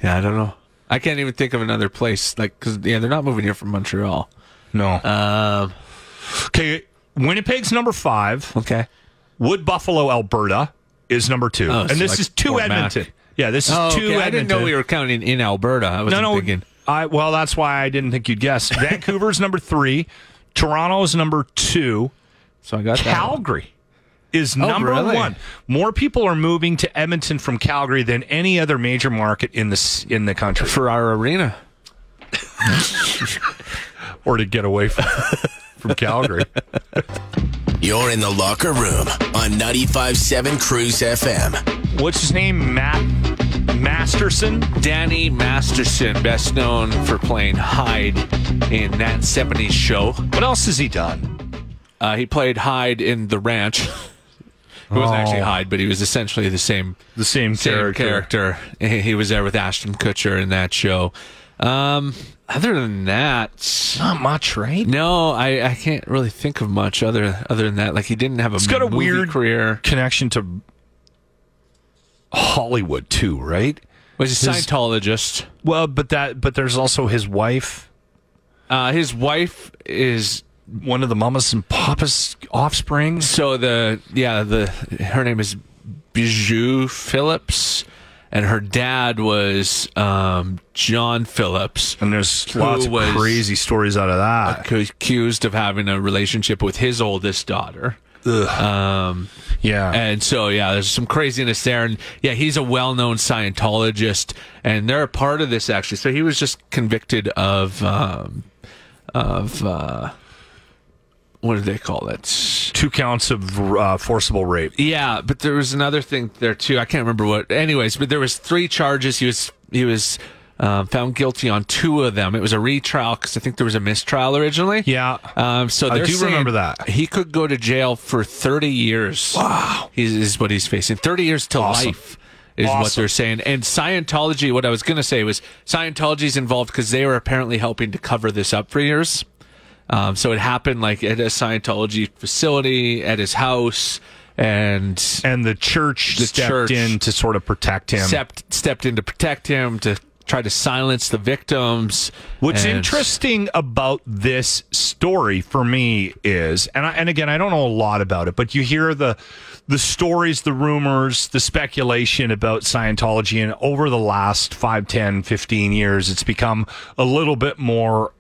S5: yeah, I don't know. I can't even think of another place. Like, cause yeah, they're not moving here from Montreal. Uh,
S3: No. Um, okay, Winnipeg's number five.
S5: Okay.
S3: Wood Buffalo, Alberta is number two,
S5: Oh,
S3: and
S5: so
S3: this
S5: like
S3: is two
S5: Fort Mac.
S3: Edmonton. Yeah, this is
S5: Oh,
S3: two
S5: okay.
S3: Edmonton.
S5: I didn't know we were counting in Alberta. I was
S3: No, no.
S5: thinking.
S3: I well, that's why I didn't think you'd guess. Vancouver's number three, Toronto's number two,
S5: So I got that. Oh,
S3: Calgary is number
S5: really?
S3: one. More people are moving to Edmonton from Calgary than any other major market in the s- in the country,
S5: for our arena.
S3: or to get away from from Calgary.
S1: You're in the locker room on 95.7 Cruise FM.
S3: What's his name? Matt Masterson.
S5: Danny Masterson, best known for playing Hyde in that 70s show.
S3: What else has he done?
S5: Uh, he played Hyde in The Ranch. It wasn't actually Hyde, but he was essentially the same
S3: Oh. The same,
S5: same character. He he was there with Ashton Kutcher in that show. Um, other than that,
S3: Not much, right?
S5: no, I, I can't really think of much other other than that. Like he didn't have a,
S3: He's got a
S5: movie
S3: weird
S5: career.
S3: Connection to Hollywood too, right?
S5: Was a
S3: his-
S5: Scientologist.
S3: Well, but that but there's also his wife,
S5: Uh, his wife is
S3: one of the mamas and papas offspring.
S5: So the yeah the her name is Bijou Phillips, and her dad was um, John Phillips,
S3: And there's
S5: Who
S3: lots of
S5: was-
S3: crazy stories out of that.
S5: who's accused of having a relationship with his oldest daughter.
S3: Yeah.
S5: And so yeah, there's some craziness there, and yeah, he's a well-known Scientologist, and they're a part of this actually. So he was just convicted of um, of uh, what do they call it?
S3: two counts of uh, forcible rape.
S5: Yeah, but there was another thing there too. I can't remember what. Anyways, but there was three charges. He was he was um, found guilty on two of them. It was a retrial because I think there was a mistrial originally.
S3: Yeah.
S5: Um, so
S3: I
S5: they're
S3: do
S5: saying
S3: remember that.
S5: he could go to jail for thirty years. Wow, he's, is what he's facing. Thirty years to life is what
S3: Awesome.
S5: they're saying. And Scientology. What I was going to say was Scientology's involved because they were apparently helping to cover this up for years. Um, so it happened like at a Scientology facility at his house, and
S3: And the church
S5: The
S3: stepped
S5: church-
S3: in to sort of protect him.
S5: stepped stepped in to protect him to try to silence the victims.
S3: What's
S5: and-
S3: interesting about this story for me is, and I, and again, I don't know a lot about it, but you hear the the stories, the rumors, the speculation about Scientology, and over the last 5, 10, 15 years, it's become a little bit more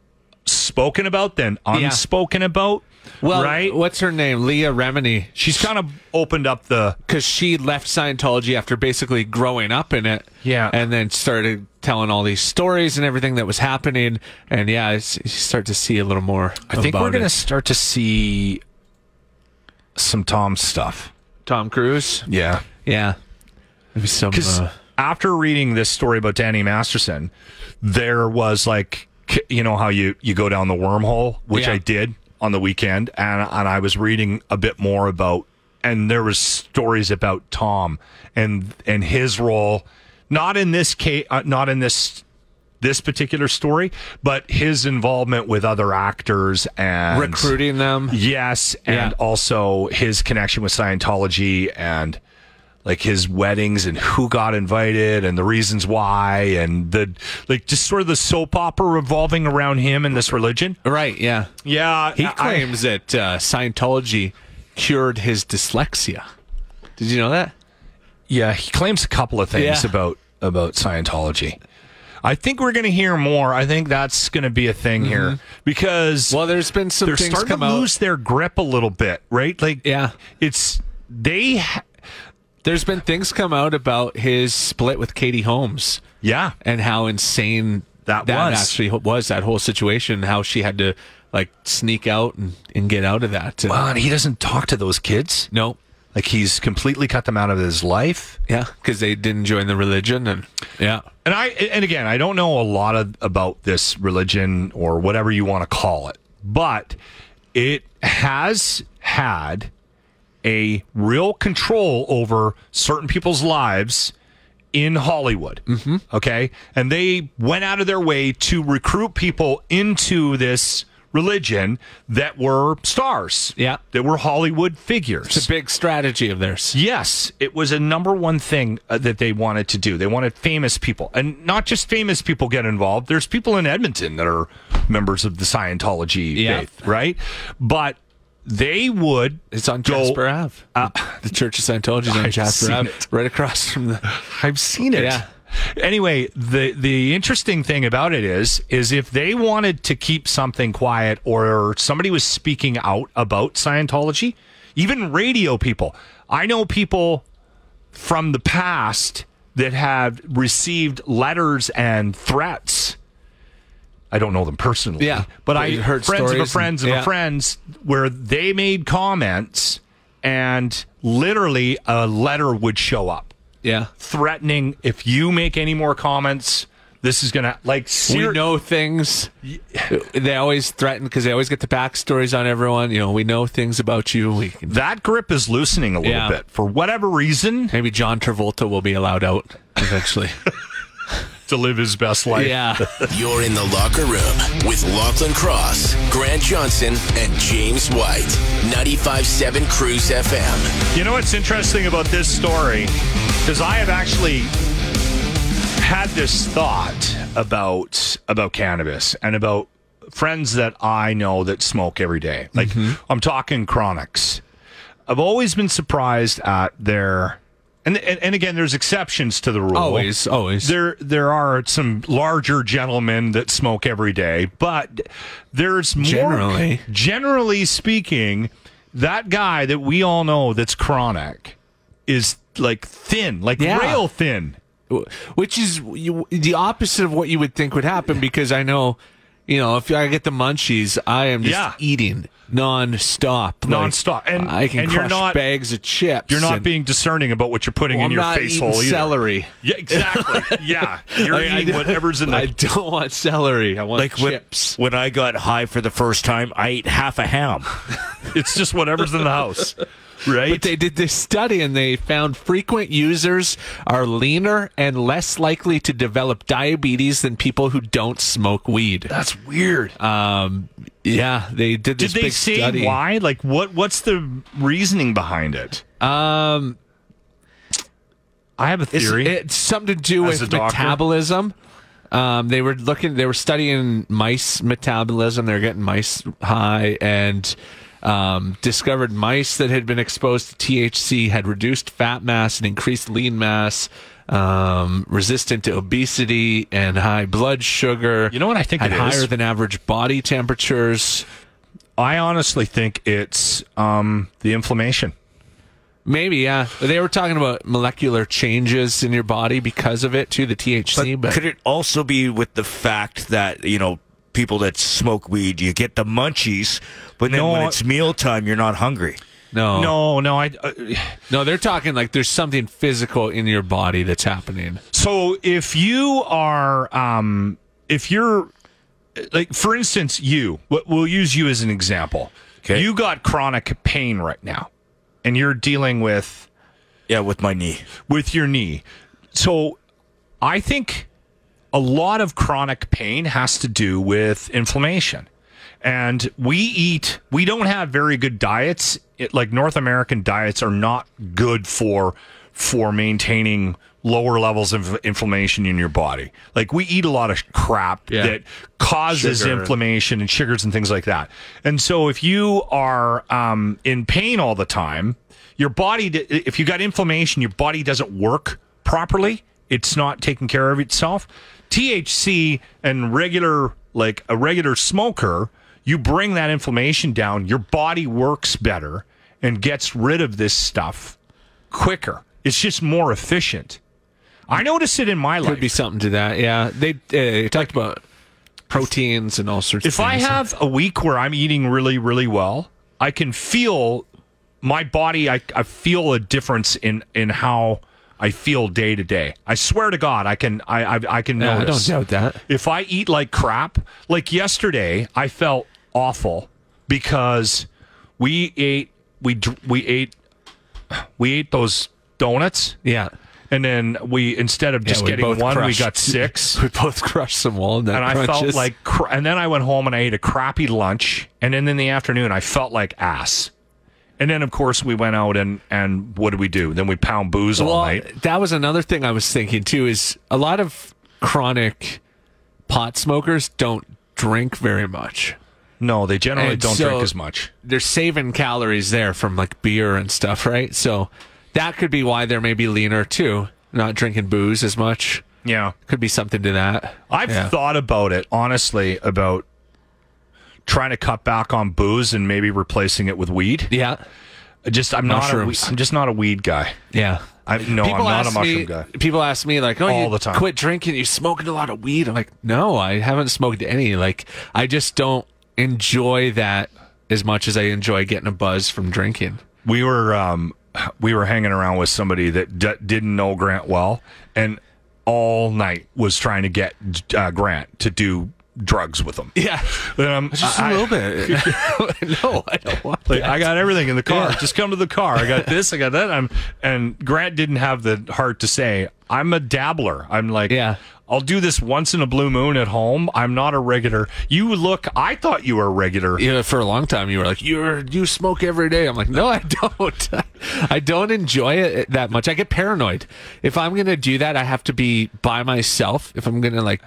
S3: spoken about than unspoken about.
S5: Well,
S3: right?
S5: What's her name? Leah Remini.
S3: She's kind of opened up the
S5: because she left Scientology after basically growing up in it.
S3: Yeah.
S5: and then started telling all these stories and everything that was happening. And yeah, it's, you start to see a little more.
S3: I think we're going to
S5: gonna
S3: start to see some Tom stuff.
S5: Tom Cruise.
S3: Yeah.
S5: Yeah, maybe some.
S3: Because
S5: Uh,
S3: after reading this story about Danny Masterson, there was like, k- you know how you, you go down the wormhole, which
S5: Yeah.
S3: I did on the weekend, and and I was reading a bit more about, and there was stories about Tom and and his role, not in this case, uh, not in this this particular story, but his involvement with other actors and
S5: recruiting them.
S3: Yes, and
S5: Yeah.
S3: also his connection with Scientology and like his weddings and who got invited and the reasons why and the like just sort of the soap opera revolving around him and this religion.
S5: Right. Yeah.
S3: Yeah,
S5: He
S3: I-
S5: claims that uh, Scientology cured his dyslexia. Did you know that?
S3: yeah, he claims a couple of things
S5: Yeah.
S3: about about Scientology. I think we're going to hear more. I think that's going to be a thing here because
S5: Mm-hmm. Well, there's been some
S3: they're
S5: things
S3: starting
S5: come
S3: to
S5: out.
S3: lose their grip a little bit, right? Like,
S5: Yeah.
S3: it's they, ha-
S5: There's been things come out about his split with Katie Holmes.
S3: yeah,
S5: and how insane
S3: That
S5: that,
S3: was.
S5: actually was that whole situation how she had to like sneak out and, and get out of that And-
S3: Wow, and he doesn't talk to those kids.
S5: no
S3: Like he's completely cut them out of his life.
S5: yeah because they didn't join the religion and yeah
S3: And I and again, I don't know a lot of, about this religion or whatever you want to call it, but it has had a real control over certain people's lives in Hollywood. Mm-hmm. Okay. And they went out of their way to recruit people into this religion that were stars.
S5: Yeah.
S3: That were Hollywood figures.
S5: it's a big strategy of theirs
S3: Yes, it was a number one thing uh, that they wanted to do. They wanted famous people, and not just famous people get involved. There's people in Edmonton that are members of the Scientology
S5: Yeah.
S3: faith, right? But they would
S5: It's on
S3: go-
S5: Jasper Ave. the Church of Scientology is on
S3: uh, I've
S5: Jasper
S3: seen
S5: Ave,
S3: it.
S5: right across from the.
S3: I've seen it.
S5: Yeah.
S3: Anyway, the the interesting thing about it is is if they wanted to keep something quiet or somebody was speaking out about Scientology, even radio people. I know people from the past that have received letters and threats. I don't know them personally,
S5: Yeah,
S3: but
S5: but
S3: I
S5: you've heard
S3: friends of a
S5: stories
S3: friends
S5: and-
S3: of a
S5: yeah.
S3: friends where they made comments and literally a letter would show up
S5: Yeah.
S3: threatening if you make any more comments this is gonna like
S5: We
S3: ser-
S5: know things. They always threaten because they always get the backstories on everyone. You know, we know things about you. We can,
S3: that grip is loosening a little
S5: Yeah.
S3: bit for whatever reason
S5: maybe John Travolta will be allowed out eventually.
S3: to live his best life
S5: yeah.
S1: You're in the locker room with Lachlan Cross, Grant Johnson, and James White. 95.7 Cruise FM.
S3: you know what's interesting about this story because i have actually had this thought about about cannabis and about friends that i know that smoke every day like
S5: Mm-hmm.
S3: i'm talking chronics i've always been surprised at their and, and, and again, there's exceptions to the rule.
S5: Always, always.
S3: There there are some larger gentlemen that smoke every day, but there's more
S5: Generally.
S3: generally speaking, that guy that we all know that's chronic is like thin, like
S5: Yeah.
S3: rail thin.
S5: which is you, the opposite of what you would think would happen because I know, you know, if I get the munchies, I am just
S3: Yeah.
S5: eating nonstop, like,
S3: Nonstop. And-
S5: I can
S3: and you're
S5: crush
S3: not-
S5: bags of chips.
S3: You're not
S5: and-
S3: being discerning about what you're putting
S5: Well,
S3: in
S5: I'm
S3: your
S5: not
S3: face
S5: eating
S3: hole either.
S5: celery.
S3: Yeah, exactly. yeah, you're
S5: Like, I
S3: eating
S5: do-
S3: whatever's in
S5: I
S3: the.
S5: don't want celery. I want
S6: Like when,
S5: chips.
S6: when I got high for the first time, I ate half a ham.
S3: It's just whatever's in the house, right?
S5: But they did this study and they found frequent users are leaner and less likely to develop diabetes than people who don't smoke weed.
S3: That's weird.
S5: Um, yeah, they did
S3: Did
S5: this
S3: they
S5: big
S3: say
S5: study.
S3: why? Like, what? What's the reasoning behind it?
S5: Um,
S3: I have a
S5: It's,
S3: theory.
S5: it's something to do
S3: As a
S5: with
S3: doctor?
S5: metabolism. Um, they were looking. They were studying mice metabolism. They were getting mice high and um, discovered mice that had been exposed to THC had reduced fat mass and increased lean mass, um, resistant to obesity and high blood sugar.
S3: You know what I think
S5: had
S3: it is?
S5: higher than average body temperatures.
S3: I honestly think it's um, the inflammation.
S5: Maybe yeah. They were talking about molecular changes in your body because of it too. The THC, but,
S6: Could it also be with the fact that, you know, people that smoke weed, you get the munchies, but then
S3: No,
S6: when
S3: I-
S6: it's mealtime, you're not hungry?
S5: Oh.
S3: No, no. I. Uh,
S5: No, they're talking like there's something physical in your body that's happening.
S3: so if you are, um, if you're, like, for instance, you. What we'll use you as an example.
S6: Okay.
S3: You got chronic pain right now, and you're dealing with
S6: Yeah, with my knee.
S3: with your knee. So I think a lot of chronic pain has to do with inflammation. And we eat, we don't have very good diets. It, like North American diets are not good for for maintaining lower levels of inflammation in your body. Like we eat a lot of crap
S5: Yeah.
S3: that causes
S5: Sugar.
S3: inflammation and sugars and things like that. And so if you are um, in pain all the time, your body, d- if you got inflammation, your body doesn't work properly. It's not taking care of itself. THC and regular, like a regular smoker, you bring that inflammation down, your body works better and gets rid of this stuff quicker. It's just more efficient. I notice it in my life.
S5: Could be something to that. Yeah, they uh, they talked about proteins and all sorts.
S3: If
S5: of
S3: I
S5: things.
S3: have a week where I'm eating really, really well, I can feel my body. I, I feel a difference in in how I feel day to day. I swear to God, I can. I I, I can
S5: Yeah, I
S3: notice.
S5: don't doubt that.
S3: If I eat like crap, like yesterday, I felt awful because we ate we dr- we ate we ate those donuts.
S5: yeah,
S3: And then we, instead of
S5: Yeah,
S3: just
S5: we
S3: getting
S5: both
S3: one,
S5: crushed-
S3: we got six
S5: We both crushed some walnut
S3: and I
S5: crunches.
S3: felt like, cr- and then I went home and I ate a crappy lunch, and then in the afternoon I felt like ass. And then of course we went out and and what do we do? Then we pound booze all
S5: well,
S3: night.
S5: that was another thing I was thinking too. Is a lot of chronic pot smokers don't drink very much.
S3: No, they generally
S5: And
S3: Oh, don't
S5: so-
S3: drink as much.
S5: They're saving calories there from like beer and stuff, right? So that could be why they're maybe leaner too, not drinking booze as much.
S3: Yeah.
S5: Could be something to that.
S3: I've
S5: Yeah.
S3: thought about it honestly about trying to cut back on booze and maybe replacing it with weed.
S5: Yeah.
S3: I Just I'm not a, we-
S5: Mushrooms.
S3: I'm just not a weed guy.
S5: Yeah.
S3: I no, I'm not a
S5: ask
S3: mushroom
S5: me,
S3: guy.
S5: People ask me like, "Oh,
S3: All
S5: you
S3: the time.
S5: quit drinking? You smoking a lot of weed?" I'm like, "No, I haven't smoked any. Like, I just don't enjoy that as much as I enjoy getting a buzz from drinking."
S3: We were um we were hanging around with somebody that d- didn't know Grant well and all night was trying to get uh, Grant to do drugs with him.
S5: Yeah,
S3: And I'm-
S5: just a
S3: I-
S5: little bit. no, I don't want.
S3: Like I got everything in the car.
S5: Yeah.
S3: Just come to the car. I got this. I got that. I'm and Grant didn't have the heart to say I'm a dabbler. I'm like
S5: Yeah.
S3: I'll do this once in a blue moon at home. I'm not a regular. You look. I thought you were a regular.
S5: You know, for a long time, you were like, "You're you smoke every day." I'm like, "No, I don't. I don't enjoy it that much. I get paranoid. If I'm gonna do that, I have to be by myself. If I'm gonna like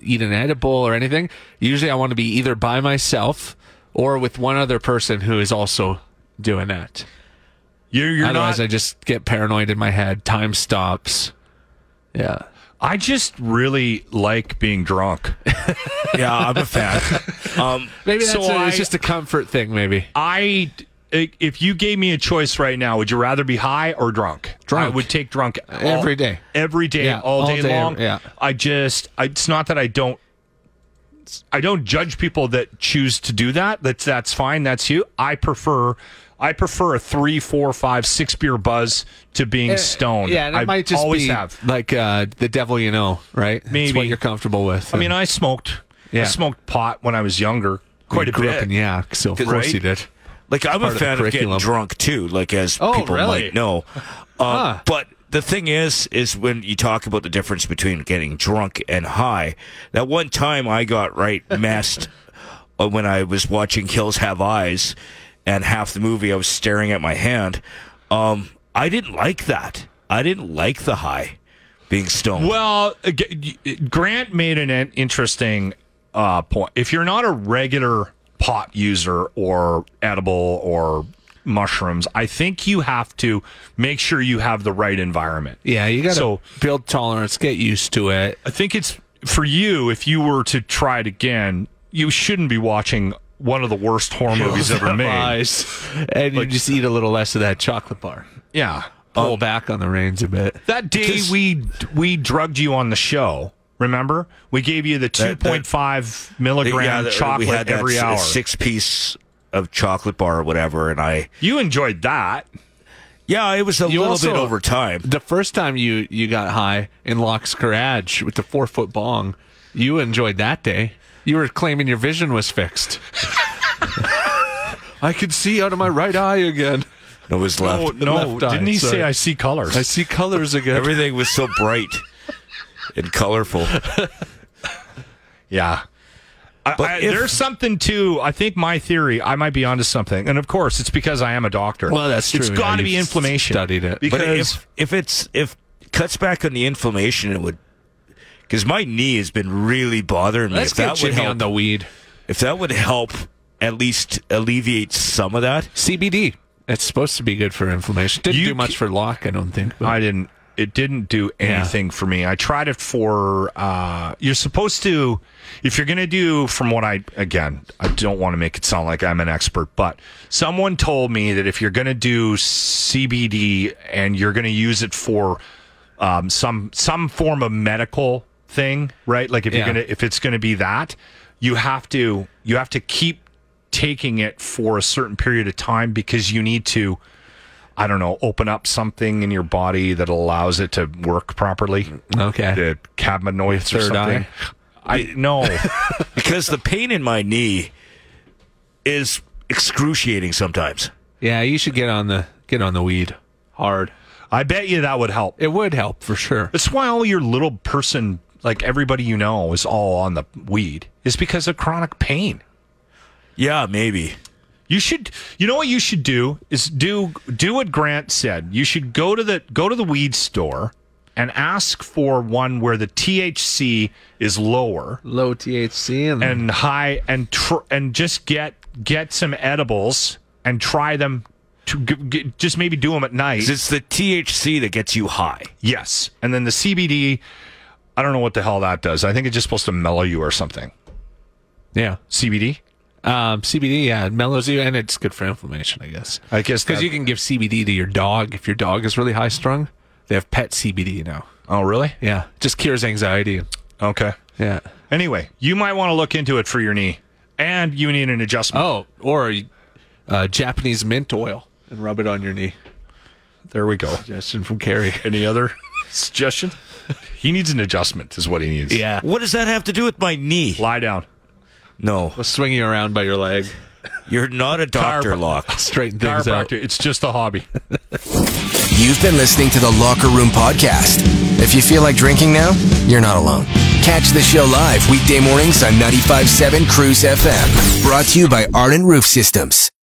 S5: eat an edible or anything, usually I want to be either by myself or with one other person who is also doing that.
S3: You're, you're
S5: Otherwise,
S3: not.
S5: I just get paranoid in my head. Time stops. Yeah,
S3: I just really like being drunk.
S6: Yeah, I'm a fan. um,
S5: maybe that's
S3: So
S5: a- it's
S3: I-
S5: just a comfort thing. Maybe
S3: I. If you gave me a choice right now, would you rather be high or drunk?
S5: Drunk.
S3: I would take drunk all-
S5: Every day.
S3: Every day,
S5: Yeah,
S3: all,
S5: all
S3: day,
S5: day,
S3: long.
S5: yeah.
S3: I just. I, it's not that I don't. I don't judge people that choose to do that. That's that's fine. That's you. I prefer. I prefer a three, four, five, six beer buzz to being stoned.
S5: Eh, Yeah, and it
S3: I
S5: might just
S3: always
S5: be
S3: have.
S5: like uh, the devil you know, right? That's
S3: Maybe.
S5: what you're comfortable with.
S3: I mean, I smoked.
S5: Yeah.
S3: I smoked pot when I was younger. Quite a
S5: grew
S3: bit.
S5: up in Yak, so of course
S6: right?
S5: you did.
S6: Like I'm a
S5: part of the
S6: fan of, getting
S5: curriculum.
S6: drunk too, like as
S5: Oh,
S6: people
S5: really?
S6: might know. Uh,
S5: Huh.
S6: But the thing is, is when you talk about the difference between getting drunk and high. That one time I got right messed uh, when I was watching Hills Have Eyes, and half the movie I was staring at my hand. Um, I didn't like that. I didn't like the high, being stoned.
S3: Well, uh, G- y- Grant made an in- interesting uh, point. If you're not a regular pot user or edible or mushrooms, I think you have to make sure you have the right environment.
S5: Yeah, you got to
S3: So-
S5: build tolerance, get used to it.
S3: I think it's for you, if you were to try it again, you shouldn't be watching one of the worst horror movies ever made.
S5: Eyes. And you just eat a little less of that chocolate bar.
S3: Yeah.
S5: Pull back on the reins a bit.
S3: Oh. That day we we drugged you on the show. Remember, we gave you the two
S6: That- that-
S3: point five milligram
S6: yeah, that-
S3: chocolate
S6: we had that
S3: every hour.
S6: six piece of chocolate bar or whatever, and I
S3: You enjoyed that.
S6: yeah, it was a
S5: You
S6: little
S5: also-
S6: bit over time.
S5: The first time you, you got high in Locke's garage with the four foot bong, you enjoyed that day. You were claiming your vision was fixed. I could see out of my right eye again.
S6: It was left.
S3: Oh, no,
S5: left eye,
S3: didn't he
S5: sorry.
S3: say I see colors?
S5: I see colors again.
S6: Everything was so bright and colorful.
S3: yeah. I,
S6: But
S3: I,
S6: if-
S3: Uh, there's something to. I think my theory. I might be onto something, and of course, it's because I am a doctor.
S5: Well, that's true.
S3: It's
S5: yeah,
S3: got to
S5: you've
S3: be inflammation.
S5: Studied it.
S3: Because
S6: But if if it's if cuts back on the inflammation, it would because my knee has been really bothering me.
S5: Let's
S6: if
S5: get
S6: that would
S5: Jimmy
S6: help,
S5: on the weed.
S6: if that would help at least alleviate some of that.
S5: CBD. It's supposed to be good for inflammation. Didn't
S3: You
S5: do much
S3: ca-
S5: for lock, I don't think. but-
S3: I didn't. It didn't do anything for me. I tried it for. Uh, you're supposed to, if you're gonna do. From what I again, I don't want to make it sound like I'm an expert, but someone told me that if you're gonna do CBD and you're gonna use it for um, some some form of medical thing, right? Like if
S5: Yeah.
S3: you're gonna if it's gonna be that, you have to you have to keep taking it for a certain period of time because you need to I don't know, open up something in your body that allows it to work properly.
S5: okay.
S3: The cannabinoids or
S5: Third
S3: something. I no.
S6: because the pain in my knee is excruciating sometimes.
S5: Yeah, you should get on the get on the weed hard.
S3: I bet you that would help.
S5: It would help for sure.
S3: That's why all your little person, like everybody you know, is all on the weed. Is because of chronic pain.
S6: Yeah, maybe.
S3: You should. You know what you should do is do do what Grant said. You should go to the go to the weed store and ask for one where the THC is lower
S5: Low THC and,
S3: and high and tr- and just get get some edibles and try them to g- g- just maybe do them at night.
S6: 'Cause It's the THC that gets you high.
S3: Yes. And then the CBD, I don't know what the hell that does. I think it's just supposed to mellow you or something.
S5: yeah,
S3: CBD?
S5: um, CBD. Yeah, it mellows you, and it's good for inflammation, I guess.
S3: I guess
S5: Because
S3: that-
S5: you can give CBD to your dog if your dog is really high strung. They have pet CBD now.
S3: Oh, really?
S5: Yeah, just cures anxiety.
S3: Okay.
S5: Yeah.
S3: Anyway, you might want to look into it for your knee. And you need an adjustment.
S5: Oh, or uh, Japanese mint oil and rub it on your knee.
S3: there we go.
S5: Suggestion from Carrie.
S3: Any other suggestion? He needs an adjustment, is what he needs.
S5: Yeah,
S6: What does that have to do with my knee?
S3: Lie down.
S6: No,
S5: I'll swing you around by your leg,
S6: you're not a doctor, Locke.
S5: straighten things out.
S3: Chiropractor. It's just a hobby.
S1: You've been listening to the Locker Room Podcast. If you feel like drinking now, you're not alone. Catch the show live weekday mornings on 95.7 Cruise FM. Brought to you by Ardent Roof Systems.